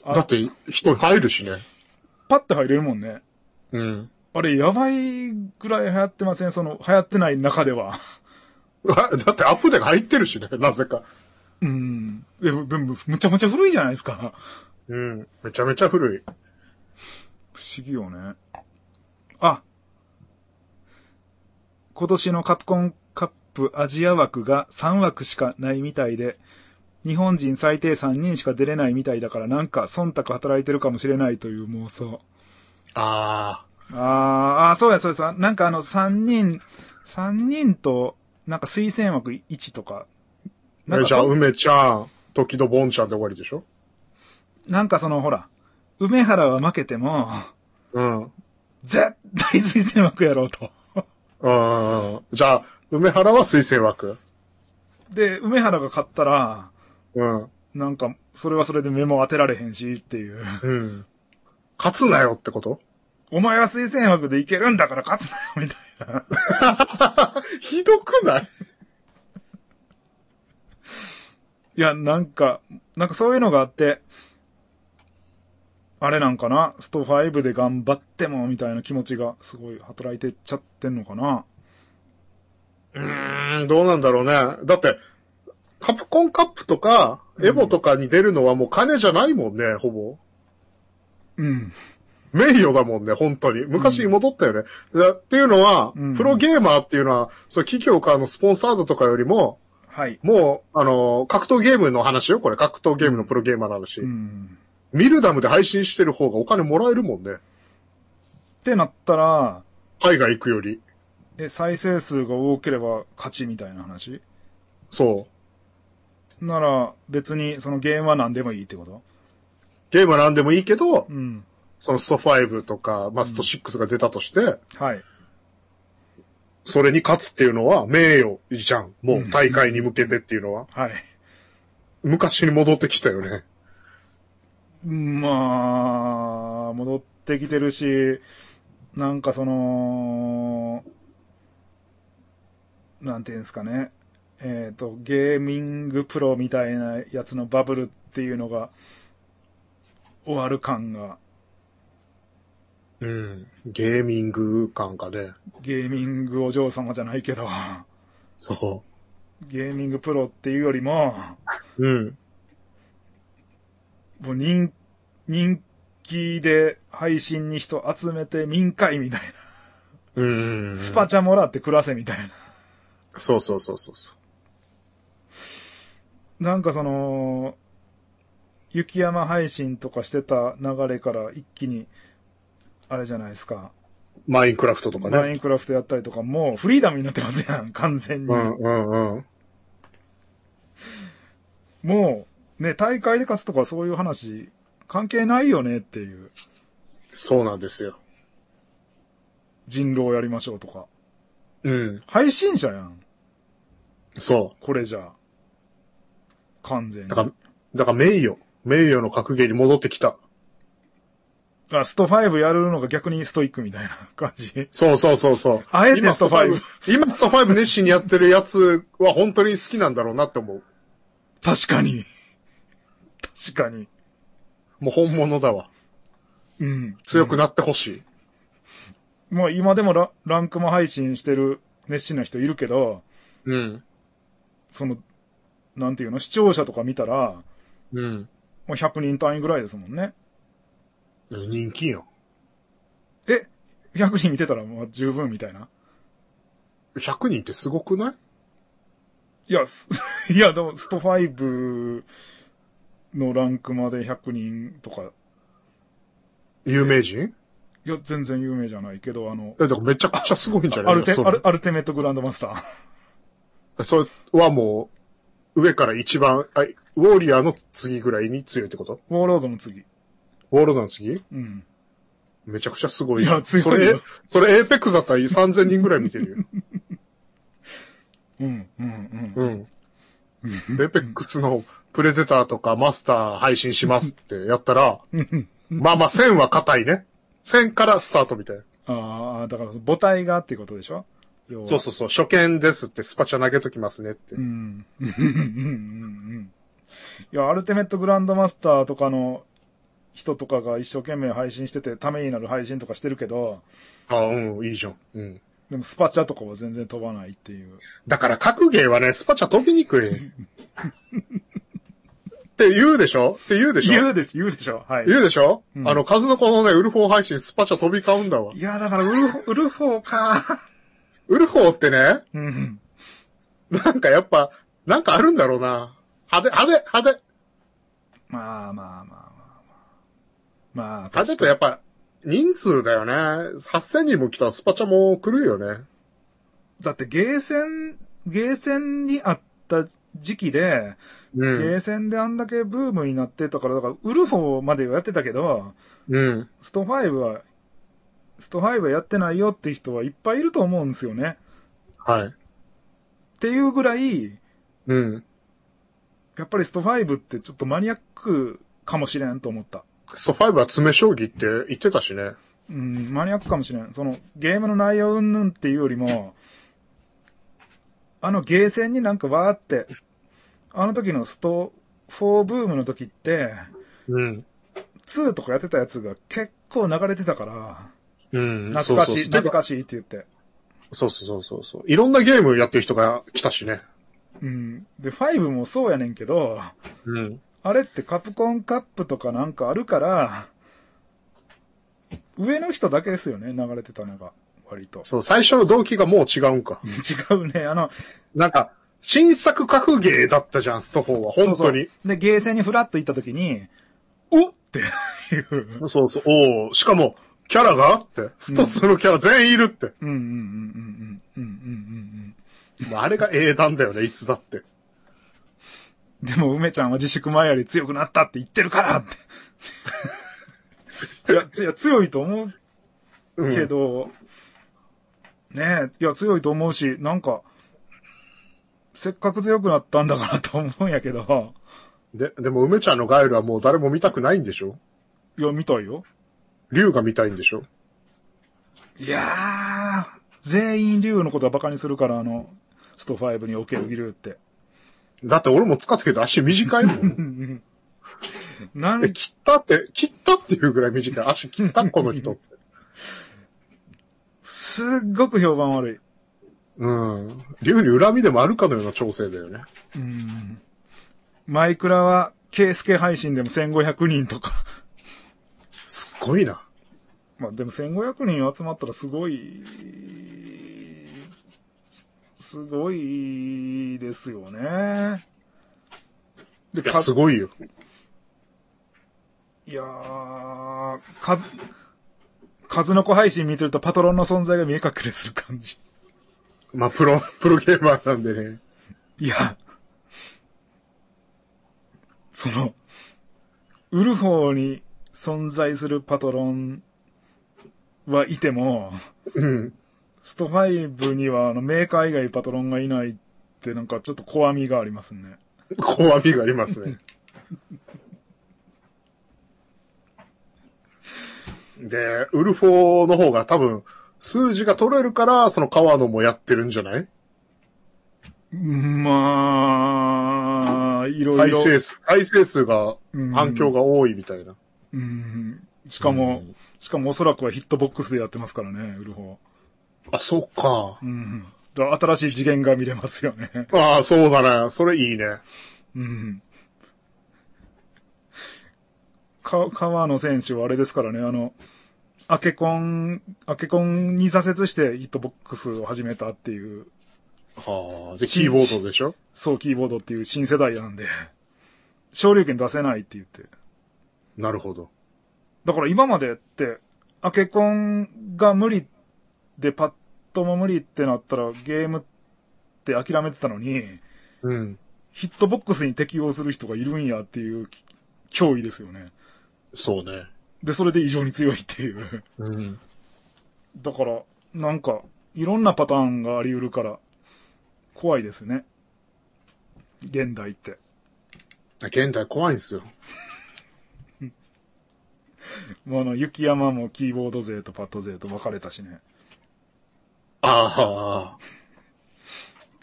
あ
だって、人入るしね。
パッて入れるもんね。
うん。
あれ、やばいぐらい流行ってませんその、流行ってない中では。
あだってアップデート入ってるしね、なぜか。
うん。でも、でもむちゃむちゃ古いじゃないですか。
うん。めちゃめちゃ古い。
不思議よね。あ今年のカプコンカップアジア枠が3枠しかないみたいで、日本人最低3人しか出れないみたいだからなんか忖度働いてるかもしれないという妄想。
あ
あーあー、そうやそうやそうや。なんかあの3人、3人と、なんか推薦枠1とか。
あ。
なん
え
か
じゃあ、
そ
梅ちゃん、時戸ボンちゃんで終わりでしょ
なんかそのほら、梅原は負けても、
うん。
絶対推薦枠やろうと。
うんうん。じゃあ、梅原は推薦枠。
で、梅原が勝ったら、
うん。
なんか、それはそれで目も当てられへんし、っていう。
うん。勝つなよってこと
お前は推薦枠でいけるんだから勝つなよ、みたいな。
ひどくない
いや、なんか、なんかそういうのがあって、あれなんかな、スト5で頑張っても、みたいな気持ちがすごい働いてっちゃってんのかな。
うーん、どうなんだろうね。だって、カプコンカップとか、エボとかに出るのはもう金じゃないもんね、ほぼ。
うん。
名誉だもんね、本当に。昔に戻ったよね。だっていうのは、
うん
プロゲーマーっていうのは、そう企業からのスポンサードとかよりも、
はい。
もう、あの、格闘ゲームの話よ、これ。格闘ゲームのプロゲーマーの話。
うん。
ミルダムで配信してる方がお金もらえるもんね。
ってなったら、
海外行くより。
え、再生数が多ければ勝ちみたいな話
そう。
なら、別にそのゲームは何でもいいってこと
ゲームは何でもいいけど、
うん。
そのスト5とか、まあ、スト6が出たとして、
はい。
それに勝つっていうのは名誉じゃん。もう大会に向けてっていうのは。
はい。
昔に戻ってきたよね。
まあ、戻ってきてるし、なんかその、なんていうんですかね。えっ、と、ゲーミングプロみたいなやつのバブルっていうのが、終わる感が、
うん。ゲーミング感かね。
ゲーミングお嬢様じゃないけど、
そ
ゲーミングプロっていうよりも、
う。うん。
もう人、人気で配信に人集めて民会みたい
うん。
な。スパチャもらって暮らせみたいな。
そうそうそうそうそう。
なんかその、雪山配信とかしてた流れから一気に、あれじゃないですか。
マインクラフトとか
マイ
ね。
ンクラフトやったりとか、もうフリーダムになってますやん、完全に。
うんうんうん。
もう、ね、大会で勝つとかそういう話、関係ないよねっていう。
そうなんですよ。
人狼やりましょうとか。
うん。
配信者やん、
そ
これじゃ。完全
う。
に
だ。から、だから名誉。名誉の格ゲーに戻ってきた。
あ、スト5やるのが逆にストイックみたいな感じ。
そうそうそうそう。
あえて
今
スト5。
今スト5熱心にやってるやつは本当に好きなんだろうなって思う。
確かに。確かに。
もう本物だわ。
うん。
強くなってほしい。
もう今でもラランクも配信してる熱心な人いるけど、
うん。
その、なんていうの、視聴者とか見たら、も
うん。
う100人単位ぐらいですもんね。
人気よ。
え ?100 人見てたらもう十分みたいな。
100人ってすごくない
いや、す いや、でも、スト5のランクまで100人とか、
有名人
いや、全然有名じゃないけど、あの、
え、だからめちゃくちゃすごいんじゃな
ア
い
ルテ、
そ
ア
れ
ルアルティメットグランドマスター。
それはもう、上から一番、あウォーリアーの次ぐらいに強いってこと
ウォーロードの次。
ウォールドの次
うん。
めちゃくちゃすごい。
いや強い
それ、それエーペックスだったら3000人ぐらい見てるよ。
うん、うん、うん。
うん。エーペックスのプレデターとかマスター配信しますってやったら、まあまあ1000は硬いね。1000からスタートみたいな。
ああ、だから母体がっていうことでしょ
そうそうそう、初見ですってスパチャ投げときますねって
う。ん。うんうんうんうんいや、アルティメットグランドマスターとかの人とかが一生懸命配信してて、ためになる配信とかしてるけど、
あうん、いいじゃん。うん。
でもスパチャとかは全然飛ばないっていう。
だから格ゲーはね、スパチャ飛びにくい。って言うでしょって言うでしょ
言うでしょ、言うでしょ、はい。
言うでしょ、
うん
あの、数の子のね、ウルフォー配信スパチャ飛び交うんだわ。
いや、だからウルフ、ウルフォーか。
ウルフォーってね、
うん。
なんかやっぱ、なんかあるんだろうな。派手、派手、派手。
まあまあまあまあまあ。まあ、
派手とやっぱ、人数だよね。8000人も来たらスパチャも来るよね。
だってゲーセン、ゲーセンにあった時期で、
う
ゲ
ん。
ーセンであんだけブームになってたから、だから、ウルフォーまではやってたけど、
うん。
スト5は、スト5はやってないよって人はいっぱいいると思うんですよね。
はい。
っていうぐらい、
うん。
やっぱりスト5ってちょっとマニアックかもしれんと思った。
スト5は詰将棋って言ってたしね。
うん、マニアックかもしれん。その、ゲームの内容うんぬんっていうよりも、あのゲーセンになんかわーって、あの時のスト4ブームの時って、
うん。
2とかやってたやつが結構流れてたから、
うん。
懐かしい、
そうそうそう
懐かしいって言って。
そうそうそうそう。いろんなゲームやってる人が来たしね。
うん。で、5もそうやねんけど、
うん。
あれってカプコンカップとかなんかあるから、上の人だけですよね、流れてたのが、割と。
そう、最初の動機がもう違うんか。
違うね、あの、
なんか、新作格ゲーだったじゃん、スト4は。本
そ
当
うそ
に
う。で、ゲーセンにフラッと行った時に、おっていう。
そうそうおおしかも、キャラがあって、スト2のキャラ全員いるって。
うんうんうんうんうんうんうんうん
まあ、あれが英断だよね、いつだって。
うん。でも、梅ちゃんは自粛前より強くなったって言ってるから って。いや、ついや強いと思う
うん
けど、ねえ、いや、強いと思うし、なんか、せっかく強くなったんだからと思うんやけど、
で、でも梅ちゃんのガエルはもう誰も見たくないんでしょ
いや、見たいよ。
竜が見たいんでしょ
いやー、全員竜のことはバカにするから、あの、スト5における竜って。
だって俺も使ったけど足短いもん。
なん
え、切ったって、切ったっていうぐらい短い。足切ったこの人。
すっごく評判悪
うん。竜に恨みでもあるかのような調整だよね。
い。うん。マイクラは、ケースケ配信でも1500人とか。
すっごいな。
まあでも1500人集まったらすごい、すすごいですよね。で、
いや、
か
すごいよ。
いやー、数、数の子配信見てるとパトロンの存在が見え隠れする感じ。
まあ、プロ、プロゲーマーなんでね。
いや、その、売る方に存在するパトロンはいても、
うん。
スト5にはあのメーカー以外パトロンがいないってなんかちょっと怖みがありますね。
怖みがあります ね。で、ウルフォーの方が多分、数字が取れるから、その川野もやってるんじゃない
まあ、いろい
再
ろ。
生数、再生数が、
うん
反響が多いみたいな。
うん。しかも、しかもおそらくはヒットボックスでやってますからね、売る方。
あ、そっか
う。ん。だから新しい次元が見れますよね。
ああ、そうだね。それいいね。
うん。か、川野選手はあれですからね、あの、アケコン、アケコンに挫折してヒットボックスを始めたっていう、
はあ。で、キーボードでしょ
そうキーボードっていう新世代なんで、昇竜拳出せないって言って。
なるほど。
だから今までって、アケコンが無理でパッドも無理ってなったらゲームって諦めてたのに、
うん。
ヒットボックスに適応する人がいるんやっていうき脅威ですよね。
そうね。
で、それで異常に強いっていう。
うん。
だから、なんか、いろんなパターンがあり得るから、怖いですね。現代って。
現代怖いんですよ。
もうあの、雪山もキーボード勢とパッド勢と分かれたしね。
ああ。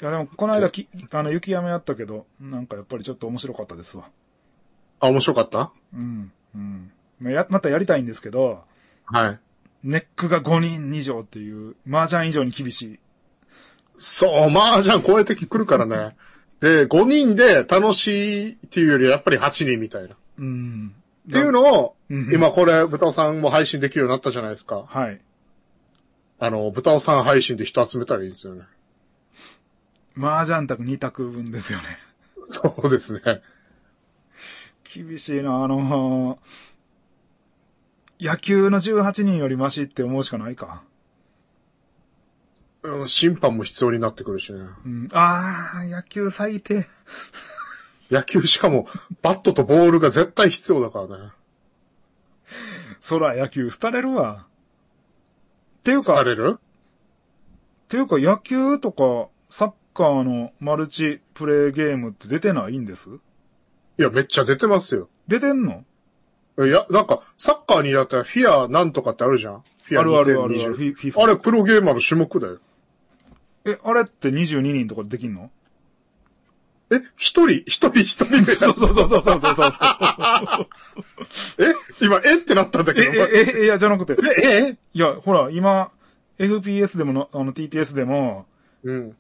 いやでも、この間き、あの、雪山やったけど、なんかやっぱりちょっと面白かったですわ。
あ、面白かった
うん。うん。まあや、またやりたいんですけど、
はい。
ネックが5人以上っていう、麻雀以上に厳しい。
そう、麻雀超えてくるからね。で、5人で楽しいっていうよりやっぱり8人みたいな。っ
うん。
ていうのを、
うん
今これ、豚尾さんも配信できるようになったじゃないですか。
はい。
あの、豚尾さん配信で人集めたらいいですよね。
麻雀卓2択分ですよね。
そうですね。
厳しいな、あのー野球の18人よりマシって思うしかないか。
うん審判も必要になってくるしね。
うん、ああ、野球最低。
野球しかも、バットとボールが絶対必要だからね。
そら野球廃れるわ。っていうか、
さ
っ
れる
ていうか野球とかサッカーのマルチプレイゲームって出てないんです
いや、めっちゃ出てますよ。
出てんの
いや、なんか、サッカーにだったらフィアなんとかってあるじゃんフィア
あるあるあるあるフ
2020
ィフィファ
あれ、プロゲーマーの種目だよ。
え、あれって22人とかでできんの
え、一人、一人、一人でやる
そうそうそうそうそうそうそう。
え今、えってなったんだ
え、
けど。
え、え、え、いや、じゃなくて。
え、ええ
いや、ほら、今、FPS でもの、あの、TPS でも、
う
例
ん。
え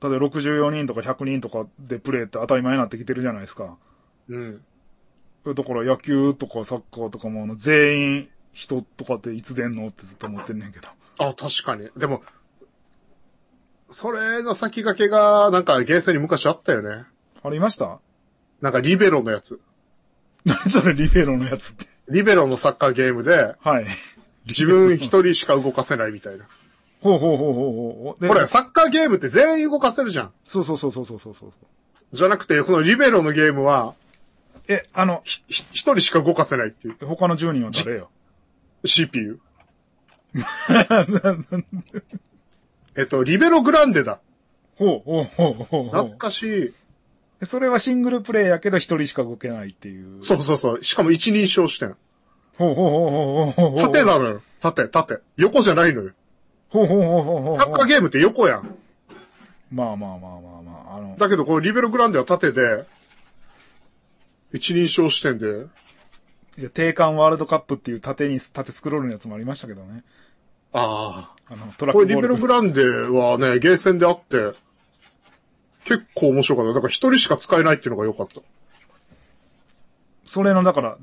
ば64人とか100人とかでプレーって当たり前になってきてるじゃないですか。
うん。
だから野球とかサッカーとかもあの全員人とかっていつ出んのってずっと思ってんねんけど。
あ、確かに。でも、それの先駆けが、なんかゲーセンに昔あったよね。
ありました
なんかリベロのやつ。
何それリベロのやつって。
リベロのサッカーゲームで、
はい。
自分一人しか動かせないみたいな。
ほうほうほうほう ほう。で
ほら、サッカーゲームって全員動かせるじゃん。
そうそうそうそうそうそうそう。
じゃなくて、そのリベロのゲームは、
え、あの、
ひひ一人しか動かせないっていう。
他の10人は誰よ
CPU。えっと、リベログランデだ。
ほうほうほうほうほ
懐
う。
かしい。
それはシングルプレイやけど一人しか動けないっていう。
そうそうそう。しかも一人称視点。
ほうほうほうほうほうほう。
縦なのよ。縦、縦。横じゃないのよ。
ほうほうほうほうほう。
サッカーゲームって横やん。
まあまあまあまあまあ、あの、
だけど、このリベログランデは縦で、一人称視点で、
いや定款ワールドカップっていう縦に、縦スクロールのやつもありましたけどね。
ああ。
あの、トラッ
こ
クボ
れリ
ー
ベロ
ル。
グランデはね、ゲーセンであって、結構面白かった。だから一人しか使えないっていうのが良かった。
それの、だから、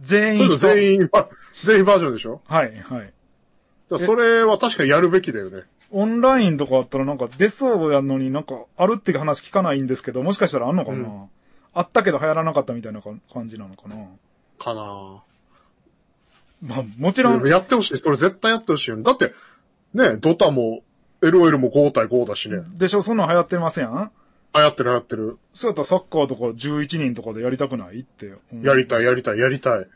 全員
そういう
と。
の全員バ、 全員バージョンでしょ
はい、はい。
だからそれは確かにやるべきだよね。
オンラインとかあったらなんか出そうやのになんかあるっていう話聞かないんですけど、もしかしたらあんのかな、
うん
あったけど流行らなかったみたいなか感じなのかな
かな
まあ、もちろ
ぁ
ん、
やってほしい。それ絶対やってほしいよね。だって、ね、ドタも、LOL も5対5だしね。
でしょ、そんなん流行ってません
あ、やってるやってる。
そうやったらサッカーとか11人とかでやりたくないって。うん
やりたい、やりたい、やりたい。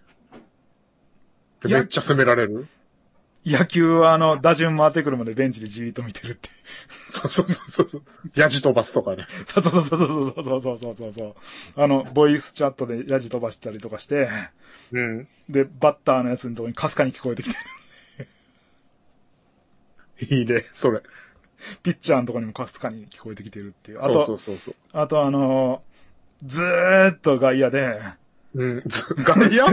で
いや
めっちゃ攻められる。
野球はあの、打順回ってくるまでベンチでじーっと見てるって。
そうそうそうそう。やじ飛ばすとかね。
そうそうそうそうそうそうそうそうそう。あの、ボイスチャットでヤジ飛ばしたりとかして、
うん。
で、バッターのやつのとこにかすかに聞こえてきて、
いいね、それ。
ピッチャーのとこにもかすかに聞こえてきてるっていう。あと、
そうそうそうそう。
あとあのーずーっと外野で、
うん。ず外野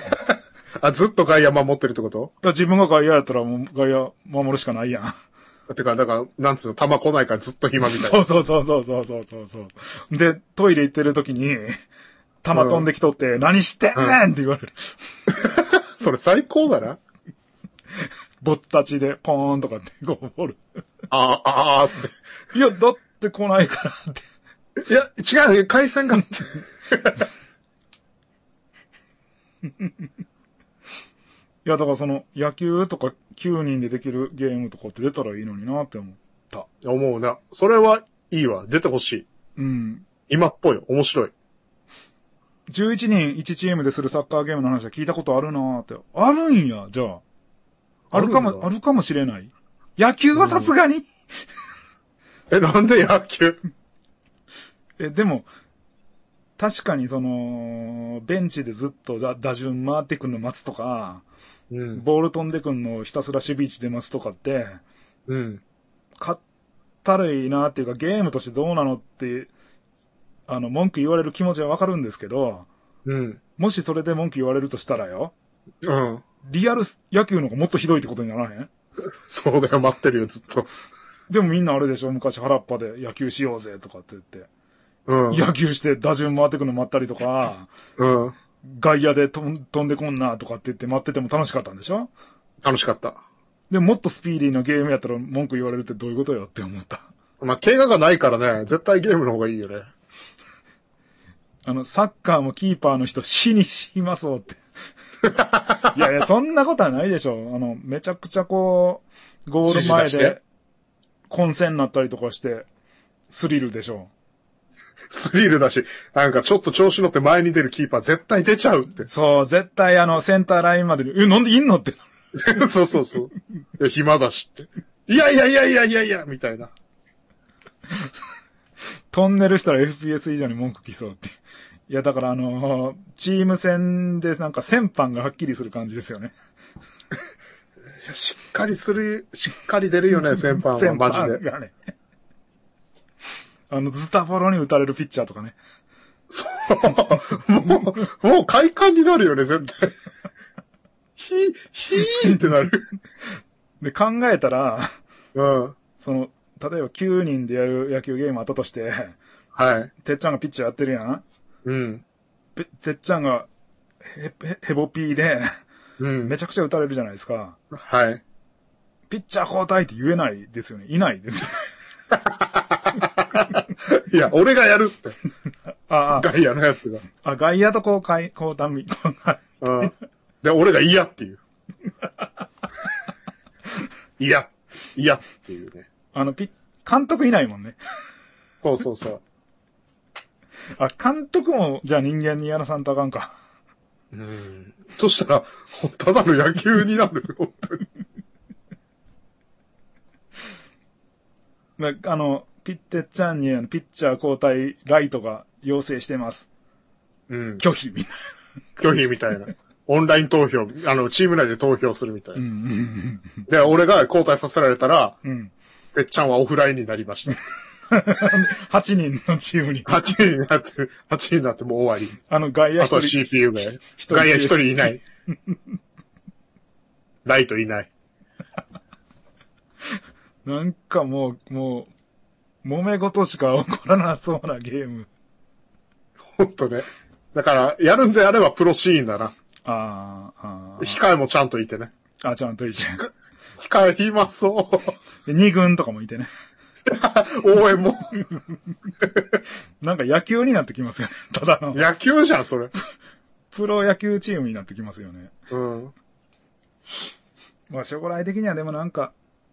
あ、ずっと外野守ってるってこと
いや自分が外野やったらもう外野守るしかないやん。
てか、だから、なんつうの、球来ないからずっと暇みたい
そ
な。
うそうそうそうそうそうそうそう。で、トイレ行ってる時に、弾飛んできとって、何してんねんって言われる。
それ最高だな。
ぼったちでポーンとかってこうボール。
ああ、ああっ
いや、だって来ないからって。
て。いや、違う、回線があって。
いや、だからその、野球とか9人でできるゲームとかって出たらいいのになって思う。
思うな。それはいいわ。出てほしい。
うん。
今っぽい。面白い。
11人1チームでするサッカーゲームの話は聞いたことあるなーって。あるんや、じゃあ。あるか
あるん
も、
だ
あるかもしれない。野球はさすがに、
え、なんで野球
え、でも、確かにその、ベンチでずっと打打順回ってくんの待つとか、
うん。
ボール飛んでくんのをひたすら守備位置で待つとかって、
うん。
かったるいなっていうか、ゲームとしてどうなのって、あの、文句言われる気持ちはわかるんですけど、
うん。
もしそれで文句言われるとしたらよ、
うん。
リアル野球の方がもっとひどいってことにならへん
そうだよ。待ってるよ、ずっと。
でもみんなあれでしょ昔原っぱで野球しようぜとかって言って。
う ん。
野球して打順回ってくの待ったりとか、
うん。
外野で飛ん飛んでこんなとかって言って待ってても楽しかったんでしょ
楽しかった。
でももっとスピーディーなゲームやったら文句言われるってどういうことよって思った。
まあ、怪我がないからね、絶対ゲームの方がいいよね。
あの、サッカーもキーパーの人死にしまそうって。 いやいや、そんなことはないでしょ。あの、めちゃくちゃこう、ゴール前
指示出し
で
て
混戦になったりとかして、スリルでしょ。
スリルだし、なんかちょっと調子乗って前に出るキーパー絶対出ちゃう って。
そう、絶対あの、センターラインまでに、え、なんでいんのって。
そうそうそう。いや暇だしって。いやいやいやいやいやいや、みたいな。
トンネルしたら FPS 以上に文句来そうって。いや、だからあのーチーム戦でなんか戦犯がはっきりする感じですよね。
いやしっかりする、しっかり出る よね、先輩は。
戦
マ
犯
ジで。
がね。あの、ズタファロに打たれるピッチャーとかね。
そう。もう、もう快感になるよね、絶対。ひ、ひーってな る。
で、考えたら、
うん。
その、例えば9人でやる野球ゲームあったとして、
はい。
てっちゃんがピッチャーやってるやん
うん。
ぺてっちゃんが、へ、へ、へぼピーで、
うん。
めちゃくちゃ打たれるじゃないですか。
はい。
ピッチャー交代って言えないですよね。いないです。
いや、俺がやるって。
あ
ガイアのやつが。
あ、あ、外野とこう、かいこう、ダミこうか
うん。で、俺が嫌っていう。嫌。嫌っていうね。
あの、ピッ、監督いないもん ね。
そうそうそ
あ、監督も、じゃあ人間にやらさんとあかんか。
う。うん。そしたら、ただの野球になる。本当に。
まあの、ピッテッチャンに、あのピッチャー交代、ライトが要請してます。
うん。
拒否、みたい
拒否みたいな。オンライン投票、あの、チーム内で投票するみたいな。
な。うん。
で、俺が交代させられたら、
うん。
てっちゃんはオフラインになりました。
8人のチームに、
8人になって、8人になってもう終わ
あの、外
り。
野
あとは
一人、
CPU が、
人
外野一人いない。ライトいない。
なんかもう、もう、揉め事しか起こらなそうなゲーム。
ほんとね。だから、やるんであればプロシーンだな。
ああ、あ
控えもちゃんといてね。
あ、あちゃんといて。
控え暇そう。
で二軍とかもいてね。
応援も。
なんか野球になってきますよね。ただの、
野球じゃん、それ。
プロ野球チームになってきますよね。
うん。
まあ将来的にはでもなんか、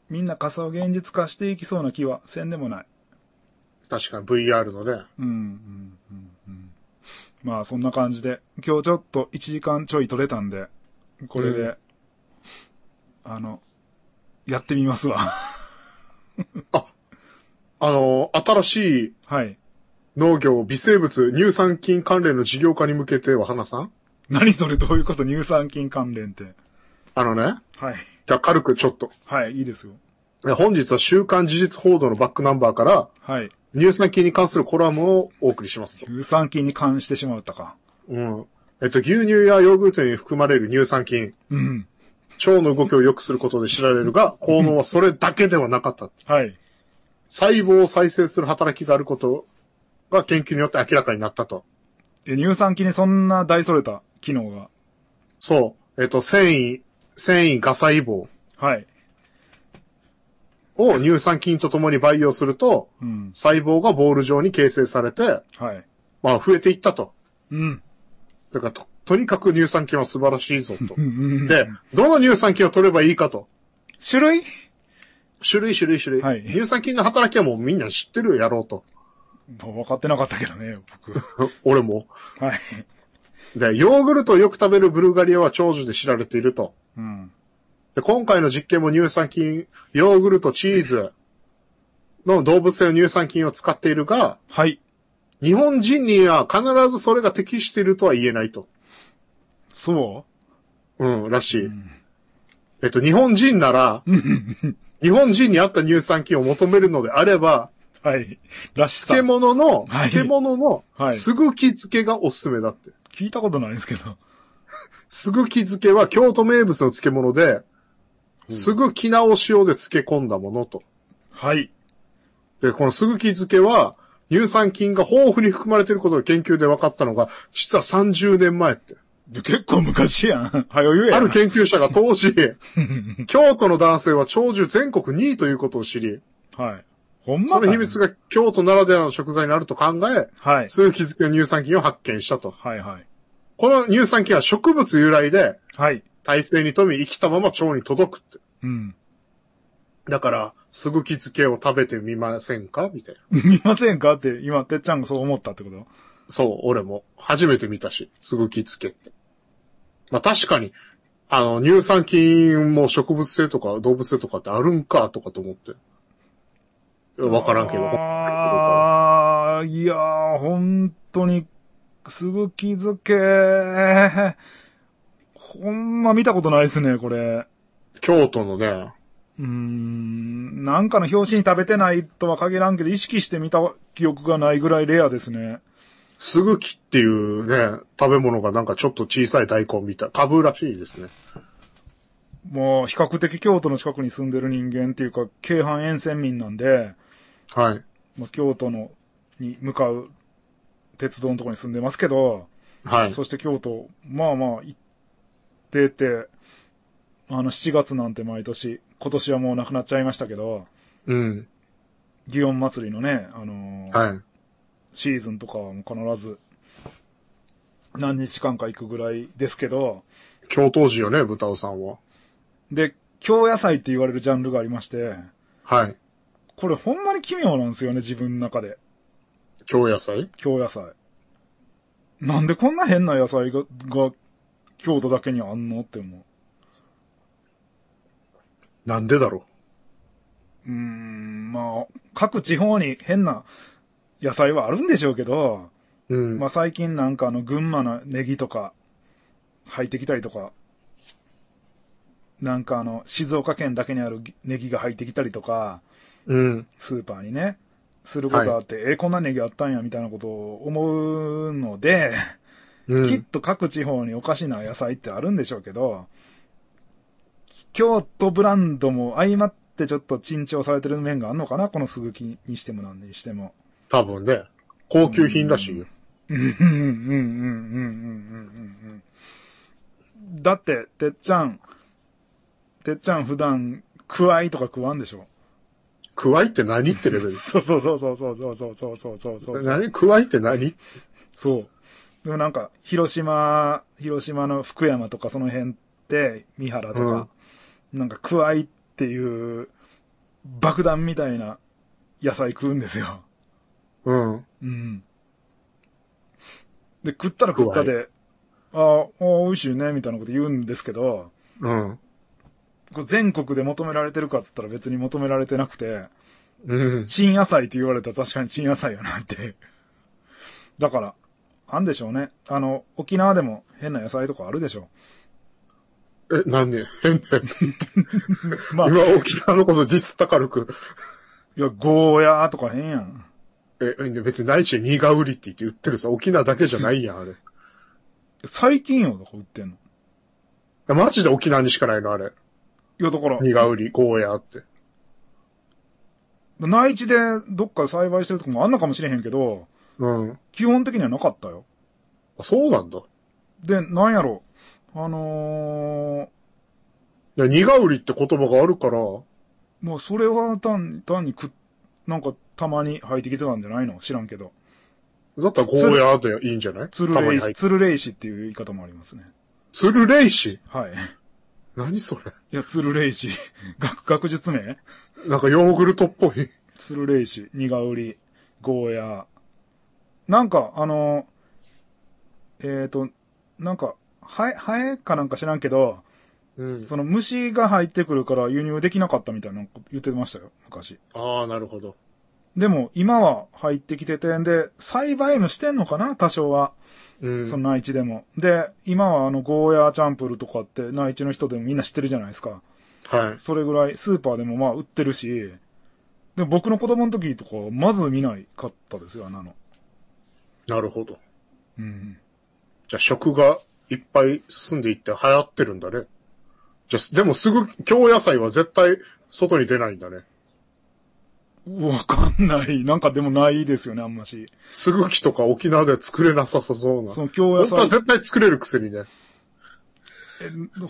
みんな仮想現実化していきそうな気はせんでもない。
確かに VR のね。
うん、うん、うん、うん。まあそんな感じで、今日ちょっと1時間ちょい取れたんで、これで、
う
あの、やってみますわ。
あの、新しい
はい。
農業、微生物、乳酸菌関連の事業化に向けては、花さん
何それどういうこと乳酸菌関連って。
あのね。
はい。
じゃあ軽くちょっと。
はい、いいですよ。
え本日は週刊事実報道のバックナンバーから、
はい。
乳酸菌に関するコラムをお送りしますと。
乳酸菌に関してしまったか。
うん。えっと、牛乳やヨーグルトに含まれる乳酸菌、
うん。
腸の動きを良くすることで知られるが、効能はそれだけではなかった。
はい。
細胞を再生する働きがあることが研究によって明らかになったと。
え乳酸菌にそんな大それた機能が。
そう。えっと、繊維、繊維、ガサ細胞
はい。
を乳酸菌とともに培養すると、
うん。
細胞がボール状に形成されて、
はい。
まあ、増えていったと。
うん。
だからと、とにかく乳酸菌は素晴らしいぞと。
うん
で、どの乳酸菌を取ればいいかと。
種類
種類種類種類。
はい
乳酸菌の働きはもうみんな知ってるやろうと。
分かってなかったけどね、 僕。
俺も。
はい。
で、ヨーグルトをよく食べるブルガリアは長寿で知られていると。
うん。
で、今回の実験も乳酸菌、ヨーグルト、チーズの動物性の乳酸菌を使っているが、
はい。
日本人には必ずそれが適しているとは言えないと。
そ
うん、らしい。
ん
えっと、日本人 なら、日本人に合った乳酸菌を求めるのであれば、
うはい。らしさ。
漬物の、
はい
漬物の
は、い
すぐき漬けがおすすめだって。
聞いたことないですけど。
すぐき漬けは京都名物の漬物で、すぐき直し用で漬け込んだものと。
はい。
で、このすぐき漬けは、乳酸菌が豊富に含まれていることが研究で分かったのが、実は30年前って。
結構昔や ん。はよ言えや。
ある研究者が当時、京都の男性は長寿全国2位ということを知り、
はい。ほんま
そ
か
の秘密が京都ならではの食材になると考え、
はい。
すぐき漬けの乳酸菌を発見したと。
はいはい。
この乳酸菌は植物由来で、
はい。
体勢に富み生きたまま腸に届くって。
うん。
だから、すぐき漬けを食べてみませんかみたいな。
見ませんかって、今、てっちゃんがそう思ったってこと
そう、俺も。初めて見たし、すぐき漬けって。まあ確かに、あの、乳酸菌も植物性とか動物性とかってあるんかとかと思って。いやわからんけど。
ああ、いやー、本当に、すぐ気づけ。ほんま見たことないですね、これ。
京都のね、
うーん、なんかの表紙に食べてないとは限らんけど、意識して見た記憶がないぐらいレアですね。
すぐきっていうね、食べ物がなんかちょっと小さい大根みたい。株らしいですね。
もう、比較的京都の近くに住んでる人間っていうか、京阪沿線民なんで、
はい。
まあ、京都の、に向かう鉄道のところに住んでますけど、
はい。
そして京都、まあまあ、いってて、あの、7月なんて毎年、今年はもうなくなっちゃいましたけど、
うん。
祇園祭りのね、あのー
はい。
シーズンとかはもう必ず、何日間か行くぐらいですけど、
京都人よね、豚尾さんは。
で、京野菜って言われるジャンルがありまして、
はい。
これほんまに奇妙なんですよね、自分の中で。
京野菜
京野菜。なんでこんな変な野菜が、が京都だけにあんのって思う。
なんでだろ
うーん、まあ、各地方に変な野菜はあるんでしょうけど、
う。うん。
まあ最近なんかあの群馬のネギとか入ってきたりとか、なんかあの静岡県だけにあるネギが入ってきたりとか、
うん。
スーパーにね、することあって、えー、こんなネギあったんやみたいなことを思うので、
う
きっ
ん。
と各地方におかしな野菜ってあるんでしょうけど、京都ブランドも相まってちょっと珍重されてる面があるのかなこのすぐきにしてもなんにしても。
多分ね。高級品らしいよ。
うんうんうんうんうんうんうんうん。だって、てっちゃん、てっちゃん普段、くわいとか食わんでしょ
くわいって何ってレベル。
そうそうそうそうそうそうそうそうそうそうそう。
何くわいって何
そう。でもなんか、広島、広島の福山とかその辺って、三原とか、なんか、くわいっていう、爆弾みたいな野菜食うんですよ。
うん。
うん。で、食ったら食ったで、あーあー、美味しいね、みたいなこと言うんですけど、
うん。
これ全国で求められてるかっつったら別に求められてなくて、
うん。
チン野菜って言われたら確かにチン野菜やなって。 だから、あんでしょうね。あの、沖縄でも変な野菜とかあるでしょ。
え、何 ね変なやつ。
まあ、い
今、沖縄のことディスった軽く。
や、ゴーヤーとか変やん。
え、別にないし、ニガウリティって言ってるさ、沖縄だけじゃないやん、あれ。
最近よ、とか売ってんの。
マジで沖縄にしかないの、あれ。
いや、だから、
ニガウリ、ゴーヤーって。
内地でどっかで栽培してるとこもあんのかもしれへんけど、
うん。
基本的にはなかったよ。
あそうなんだ。
で、なんやろ。あの
いや、ニガウリって言葉があるから、
ー、もうそれは単単にく、なんかたまに入ってきてたんじゃないの知らんけど。
だったらゴーヤーでいいんじゃない
つる
たま
れ
に
い
入っ
し、つるれいしっていう言い方もありますね。
つるれいし
はい。
何それ
いや、つるれいし。 学、学術名
なんかヨーグルトっぽい。
つるれいし、にがうり、ゴーヤー。なんか、あの、えっ、と、なんか、ハエ、ハエかなんか知らんけど、
うん。
その虫が入ってくるから輸入できなかったみたいなこと言ってましたよ、昔。
ああ、なるほど。
でも、今は入ってきてて、で、栽培もしてんのかな多少は。
うん。
その内地でも。で、今はあの、ゴーヤーチャンプルとかって内地の人でもみんな知ってるじゃないですか。
はい。
それぐらい、スーパーでもまあ売ってるし、でも僕の子供の時とか、まず見ないかったですよ、あんなの。
なるほど。
うん。
じゃあ食がいっぱい進んでいって流行ってるんだね。じゃあ、でもすぐ、京野菜は絶対外に出ないんだね。
わかんない。なんかでもないですよね、あんまし。
すぐきとか沖縄では作れなさそうな。
そ
本
の京野
当は
菜、
絶対作れるくせにね。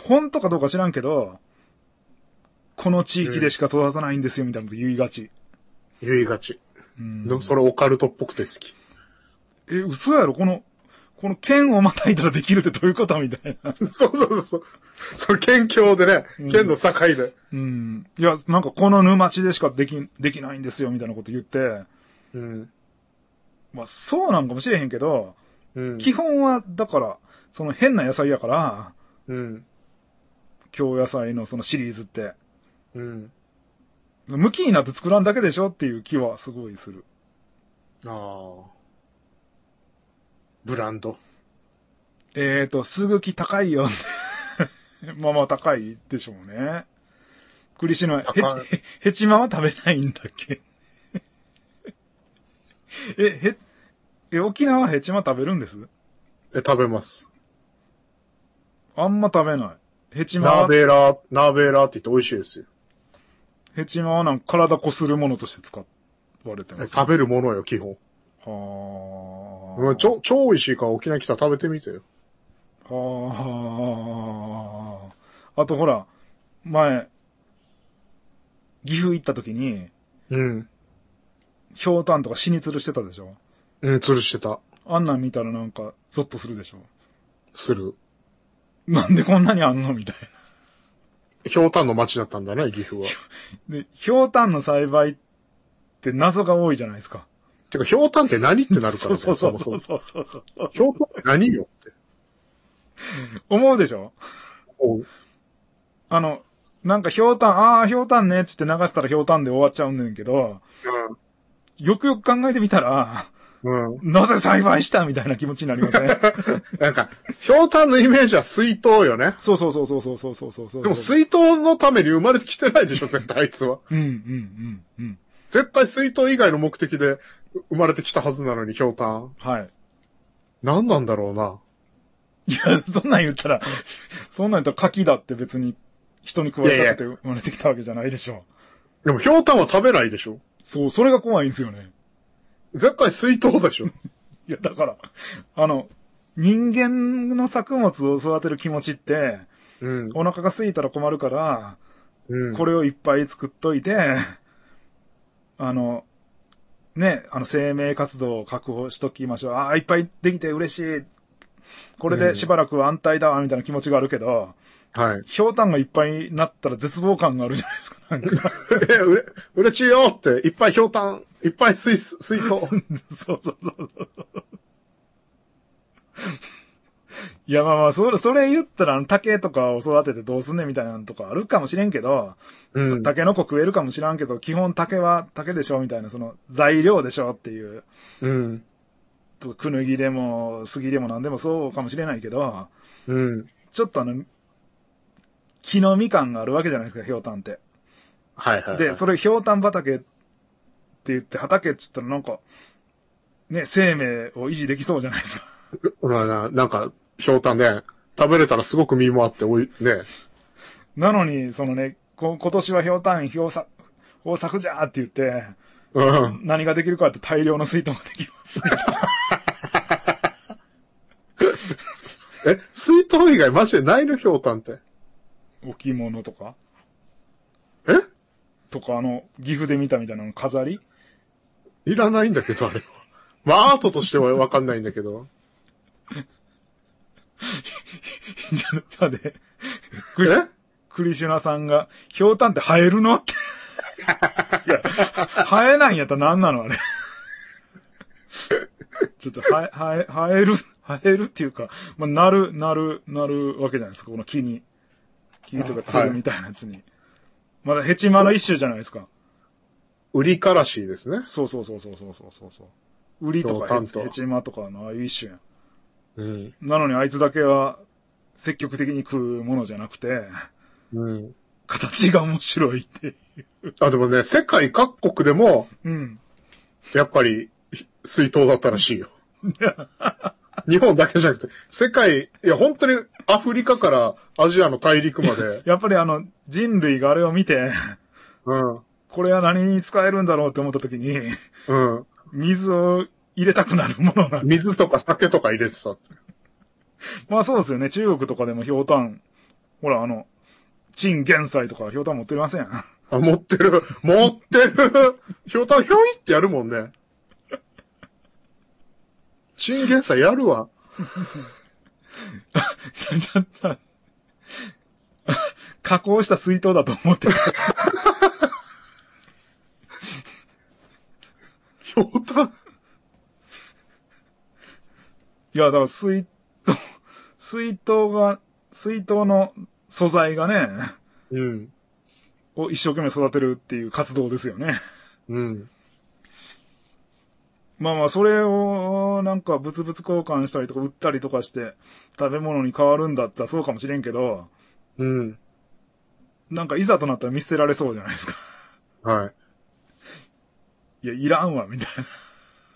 本とかどうか知らんけど、この地域でしか育たないんですよ、みたいなこと言いがち。
言いがち。
うん。
のそれオカルトっぽくて好き。
え、嘘やろこの、この剣をまたいだらできるってどういうことみたいな。
そうそうそうそう。その県境でね、県の境で。
うん。いや、なんかこの沼地でしかできん、できないんですよ、みたいなこと言って、
うん。
まあそうなんかもしれへんけど、
うん。
基本は、だから、その変な野菜やから、
うん。
京野菜のそのシリーズって、
うん。
向きになって作らんだけでしょっていう気はすごいする。
ああ。ブランド。
えーと、すぐき高いよ。 まあまあ高いでしょうね。栗島、
高
ヘ
い
チ、ヘチマは食べないんだっけ え、へ、え、沖縄ヘチマ食べるんです
え、食べます。
あんま食べない。ヘチマ
ナー
は、
ベーラー、ナーベーラーって言って美味しいですよ。
ヘチマはなんか体こするものとして使われてます。
食べるものよ、基本。
は
うん、
あ。
ちょ、超美味しいから沖縄来たら食べてみてよ。
はあ。あとほら、前、岐阜行った時に、
うん。
ひょうたんとか死に吊るしてたでしょ
うん、吊るしてた。
あんなん見たらなんか、ゾッとするでしょ
する。
なんでこんなにあんのみたい
ひょうたんの町だったんだね、岐阜は。
な。で、ひょうたんの栽培って謎が多いじゃないですか。
てか、ひょうたんって何ってなるか
そう
らね、
そうそう
そ
そう
も
そうそうそう。
ひょうたんって何よって。
思うでしょ
おう
あの、なんかひょうたん、ああ、ひょうたんね、つって流したらひょうたんで終わっちゃうんねんけど、よくよく考えてみたら、
うん。うん。
なぜ栽培したみたいな気持ちになりま せん
なんか、ひょうたんのイメージは水筒よね。
そうそうそうそうそうそうそうそうそう。
でも水筒のために生まれてきてないでしょ、絶対あいつは。
うんうんうんうん。
絶対水筒以外の目的で生まれてきたはずなのに、ひょうたん。
はい。
何なんだろうな。
いや、そんなん言ったら、そんなん言ったら柿だって別に人に食われたくて生まれてきたわけじゃないでしょ。
でも、ひょうたんは食べないでしょ。
そう、それが怖いんですよね。
絶対水筒でしょ。
いや、だから、あの、人間の作物を育てる気持ちって、
うん。
お腹が空いたら困るから、
うん。
これをいっぱい作っといて、あの、ね、あの、生命活動を確保しときましょう。ああ、いっぱいできて嬉しい。これでしばらくは安泰だ、みたいな気持ちがあるけど、
はい。
ひょうたんがいっぱいになったら絶望感があるじゃないですか。なんか
え、 うれ、うれしいよって、いっぱいひょうたん、いっぱい水、水筒。
そうそうそうそう。いや、まあまあ、それ、それ言ったら、あの、竹とかを育ててどうすんねんみたいなのとかあるかもしれんけど、
うん。
竹の子食えるかもしらんけど、基本竹は竹でしょみたいな、その、材料でしょっていう、
うん。
とくぬぎでも、杉でも何でもそうかもしれないけど、
うん。
ちょっとあの、木のみ感があるわけじゃないですか、ひょうたんって。
はいはい、はい。
で、それ、ひょうたん畑って言って、畑って言ったらなんか、ね、生命を維持できそうじゃないですか。
ほらな、なんか、ひょうたんね、食べれたらすごく身もあって、おい、ね。
なのに、そのね、こ今年はひょうたん、豊作、豊作じゃーって言って、
うん。
何ができるかって大量の水筒ができます。
え、水筒以外マジでないのひょうたんって。
置物とか
え
とか、あの、岐阜で見たみたいなの飾り
いらないんだけど、あれは。まあ、アートとしてはわかんないんだけど。
じゃ、じゃで、
え
クリシュナさんが、ひょうたんって生えるの って。いや、生えないんやったら何なのあれ。 ちょっと、生え、生え、生える、生えるっていうか、まあ、なる、なる、なるわけじゃないですか、この木に。木とかつるみたいなやつに。まだヘチマの一種じゃないですか。
ウリカラシーですね。
そうそうそうそうそうそうそうそう。ウリと
ひょうた
か
んと
ヘチマとかのああいう一種やん。
うん。
なのにあいつだけは、積極的に食うものじゃなくて、
うん。
形が面白いって。
あ、でもね、世界各国でも、
うん。
やっぱり、ひ水筒だったらしいよ。日本だけじゃなくて、世界、いや、本当にアフリカからアジアの大陸まで、
やっぱりあの、人類があれを見て、
うん、
これは何に使えるんだろうって思った時に、
うん、
水を入れたくなるものなんで。
水とか酒とか入れてたって。
まあそうですよね。中国とかでも氷炭、ほらあの、チン元菜とか氷炭持ってません。
あ、持ってる、持ってるひょうたんひょいってやるもんね。チンゲンさんやるわ。
ちゃちゃちゃ 加工した水筒だと思ってた。
ひょうたん、
いや、だから水筒、水筒が、水筒の素材がね、
うん、
を一生懸命育てるっていう活動ですよね。
うん、
まあまあ、それを、なんか、物々交換したりとか、売ったりとかして、食べ物に変わるんだったらそうかもしれんけど、
うん、
なんか、いざとなったら見捨てられそうじゃないですか。
はい。
いや、いらんわ、みたい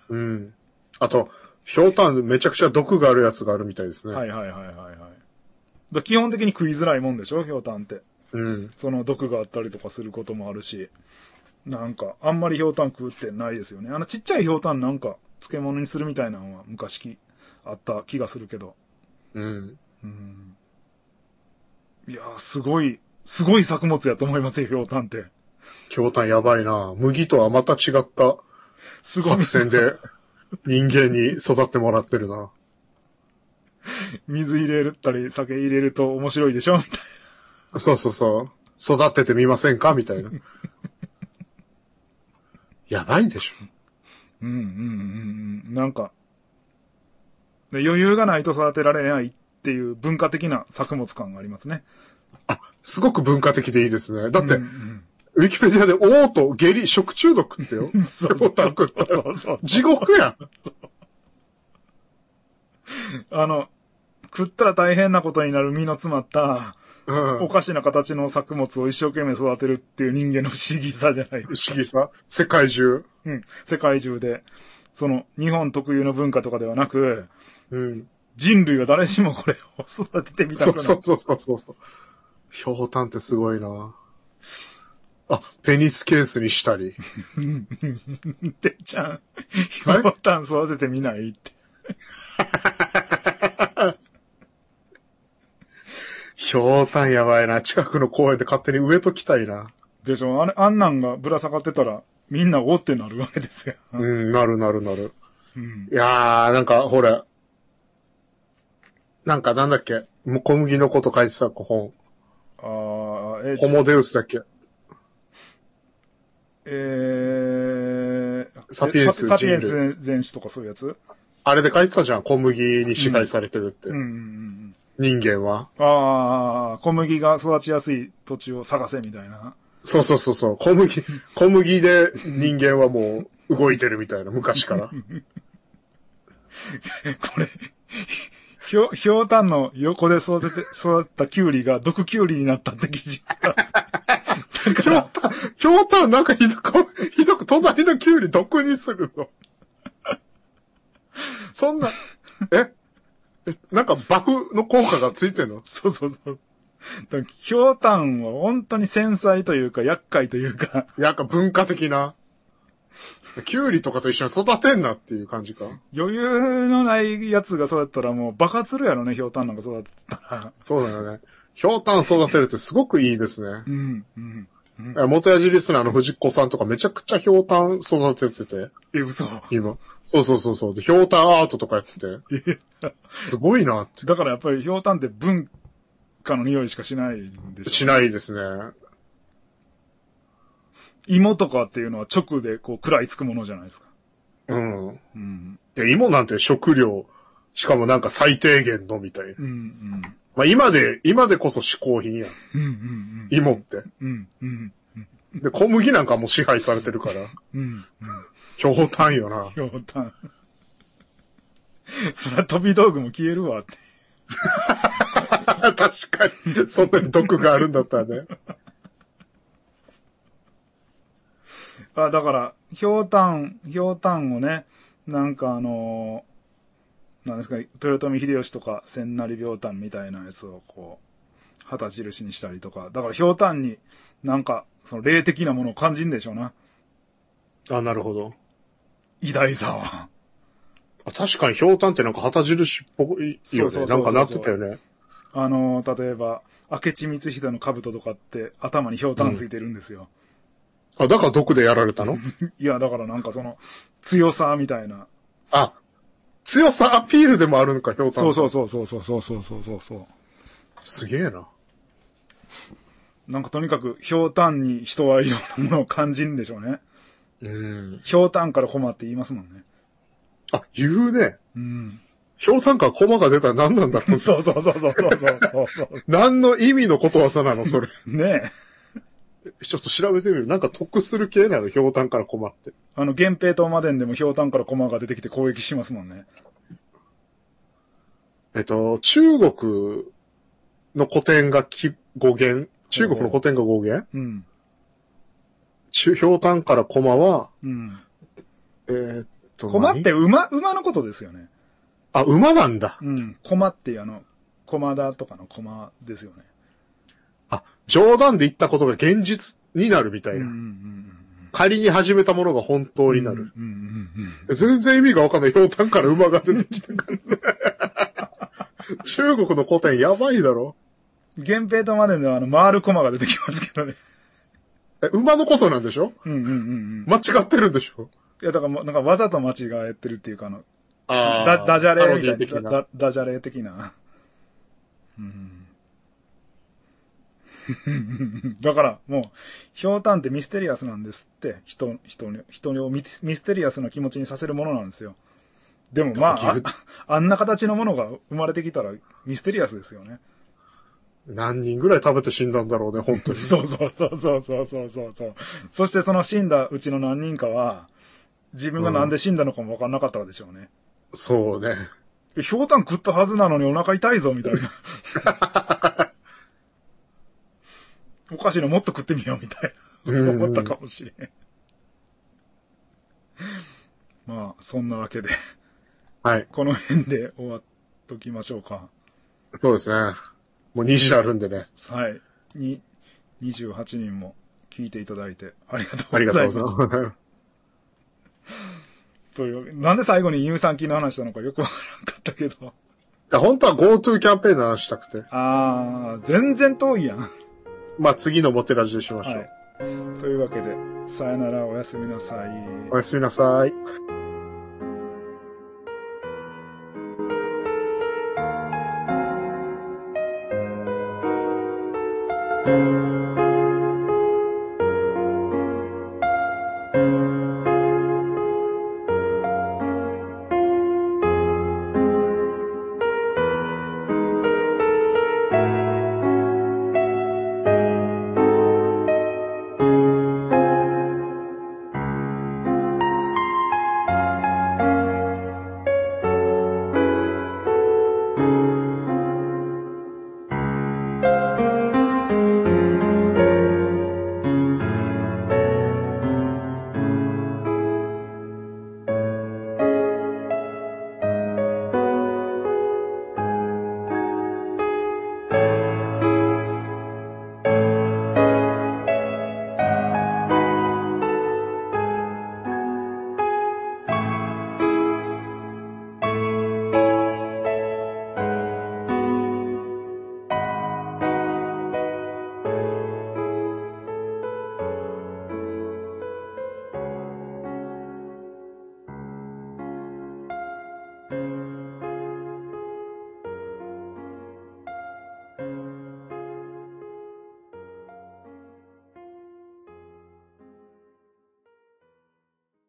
うん。あと、ひょうたんめちゃくちゃ毒があるやつがあるみたいですね。
な。はいはいはいはいはい。だから基本的に食いづらいもんでしょ、ひょうたんって。
うん。
その毒があったりとかすることもあるし。なんか、あんまりひょうたん食うってないですよね。あの、ちっちゃいひょうたんなんか、漬物にするみたいなのは昔き、あった気がするけど。
うん。
うん。いやー、すごい、すごい作物やと思いますよ、ひょうたんって。
京丹やばいな麦とはまた違った
すごい
作。戦で人間に育ってもらってるな。
水入れたり、酒入れると面白いでしょみたいな。
そうそうそう。育っててみませんかみたいな。やばいでしょ。
うんうんうんうん。なんか、で余裕がないと育てられないっていう文化的な作物感がありますね。
あ、すごく文化的でいいですね。だって、
うん
ウィキペディアで、おーと下痢、食中毒ってよ
う。ん、 そうそう
ひょうたん
そ
食った
うそう
地獄やん。
あの、食ったら大変なことになる身の詰まった、
う
お
ん。
かしな形の作物を一生懸命育てるっていう人間の不思議さじゃない
不思議さ。世界中。
うん。世界中で、その、日本特有の文化とかではなく、
うん。
人類は誰しもこれを育ててみたく
そ
なる。
うそうそうそうそうそう。ひょうたんってすごいなあ、ペニスケースにしたり。
てっちゃん、ひょうたん育ててみないって。
ひょうたんやばいな。近くの公園で勝手に植えときたいな。
でしょあれ、あんなんがぶら下がってたら、みんなおってなるわけですよ。
うん、なるなるなる。
うん。
いやー、なんか、ほら。なんか、なんだっけ。む小麦のこと書いてた本。
あーえ
ホモデウスだっけ。
えー、
サピエンス
サピエン
人
ス全史とかそういうやつ
あれで書いてたじゃん。小麦に支配されてるって。
うんうんうん
人間は。
うん。ああ、小麦が育ちやすい土地を探せみたいな。
そうそうそうそう。小麦、小麦で人間はもう動いてるみたいな、昔から。
これ、ひょ、ひょうたんの横で育てて、育ったキュウリが毒キュウリになったって記事が。だか
ひょ
ら
う、たん、ひょうたんなんかひどく、ひどく、隣のキュウリ毒にするの。そんな、ええなんかバフの効果がついてんの
そうそうそう。だからひょうたんは本当に繊細というか、厄介というか、
なんか文化的な。キュウリとかと一緒に育てんなっていう感じか。
余裕のないやつが育ったらもう爆発するやろね、ひょうたんなんか育てたら。
そうだよね。ひょうたん育てるってすごくいいですね。
うん、うん。うん、
え元ヤジリスナーの藤子さんとかめちゃくちゃひょうたん育ててて。
え、嘘。
今。そうそうそうそう。で、ひょうたんアートとかやってて。すごいなって。
だからやっぱりひょうたんって文化の匂いしかしないんでしょ。
しないですね。
芋とかっていうのは直でこう、食らいつくものじゃないですか。
うん。
うん。
で、芋なんて食料、しかもなんか最低限のみたいな。
うん、うん。
まあ今で、今でこそ嗜好品やん。
うん、うん、
芋って。
うん。うん、うん。
で、小麦なんかもう支配されてるから。
うん。
ひょうたんよな。
ひょうたん。そら飛び道具も消えるわって。
確かに。そんなに毒があるんだったらね。
あ、だから、ひょうたん、ひょうたんをね、なんかあのーなんですか、豊臣秀吉とか千成病炭みたいなやつをこう、旗印にしたりとか、だからひょうたんになんか、その霊的なものを感じんでしょうな。
あ、なるほど。
偉大さは。
あ確かにひょうたんってなんか旗印っぽい
そ
よ
うそ
ね。
うそうそ
な
うん
かなってたよね。
あのー例えば、明智光秀の兜とかって頭にひょうたんついてるんですよ。
あ、だから毒でやられた の
いや、だからなんかその、強さみたいな。
あ、強さアピールでもあるのか、ひょうたん。
そうそうそうそうそうそうそうそうそう
すげえな。
なんかとにかく、ひょうたんに人はいろんなものを感じるんでしょうね。
うん。
ひょうたんからコマって言いますもんね。
あ、言うね。
うん。
ひょうたんからコマが出たら何なんだろう。
そうそうそうそうそうそうそう。
何の意味のことわざなの、それ。
ねえ。
ちょっと調べてみる。なんか得する系なの、ひょうたんから困って。
あの、源平とマデンでもひょうたんからコマが出てきて攻撃しますもんね。
えっと、中国の古典がき語源。中国の古典が語源
うん。
中、ひょうたんからコマは、
うん。
えーっと、
コマっ
何
て馬、馬のことですよね。
あ、馬なんだ。
うん。コマっていうあの、コマだとかのコマですよね。
あ、冗談で言ったことが現実になるみた
う
い
んう
な。
んうん。
仮に始めたものが本当になる。。
うんうんうん。
全然意味がわかんない。ひょうたんか ら馬が出てきたからね。中国の古典やばいだろ。
源平とマネのあの、回る駒が出てきますけどね。
え、馬のことなんでしょ
うんうんうんうん。
間違ってるんでしょ
いや、だからもう、なんかわざと間違えてるっていうか、あの、
あ
ダダジャレみ
パロディ
た
的
いな。
な。
ダダジャレ的な。うん。 だから、もう、ひょうたんってミステリアスなんですって、人、人に、人をミミステリアスな気持ちにさせるものなんですよ。でもまあ
だから、
ああんな形のものが生まれてきたらミステリアスですよね。
何人ぐらい食べて死んだんだろうね、本当 に。
そうそうそうそうそうそうそうそう。そしてその死んだうちの何人かは、自分がなんで死んだのかもわかんなかったでしょうね。
そうね。
えひょうたん食ったはずなのにお腹痛いぞ、みたいな。 おかしいのもっと食ってみよう、みたい
うん
な。思ったかもしれん。まあ、そんなわけで、
はい。
この辺で終わっときましょうか。
そうですね。もう2時あるんでね。
はい。に、28人も聞いていただいてありがと
あ
う
り
ご
がと
ざ
う
い
ご
ます
ざい。ます。
という、なんで最後に乳酸菌の話したのかよくわからんかったけど。
いや本当は GoTo キャンペーンの話したくて。
あー、全然遠いやん。
まあ次のモテラジでしましょう。
はい。というわけで、さよなら、おやすみなさい。
おやすみなさい。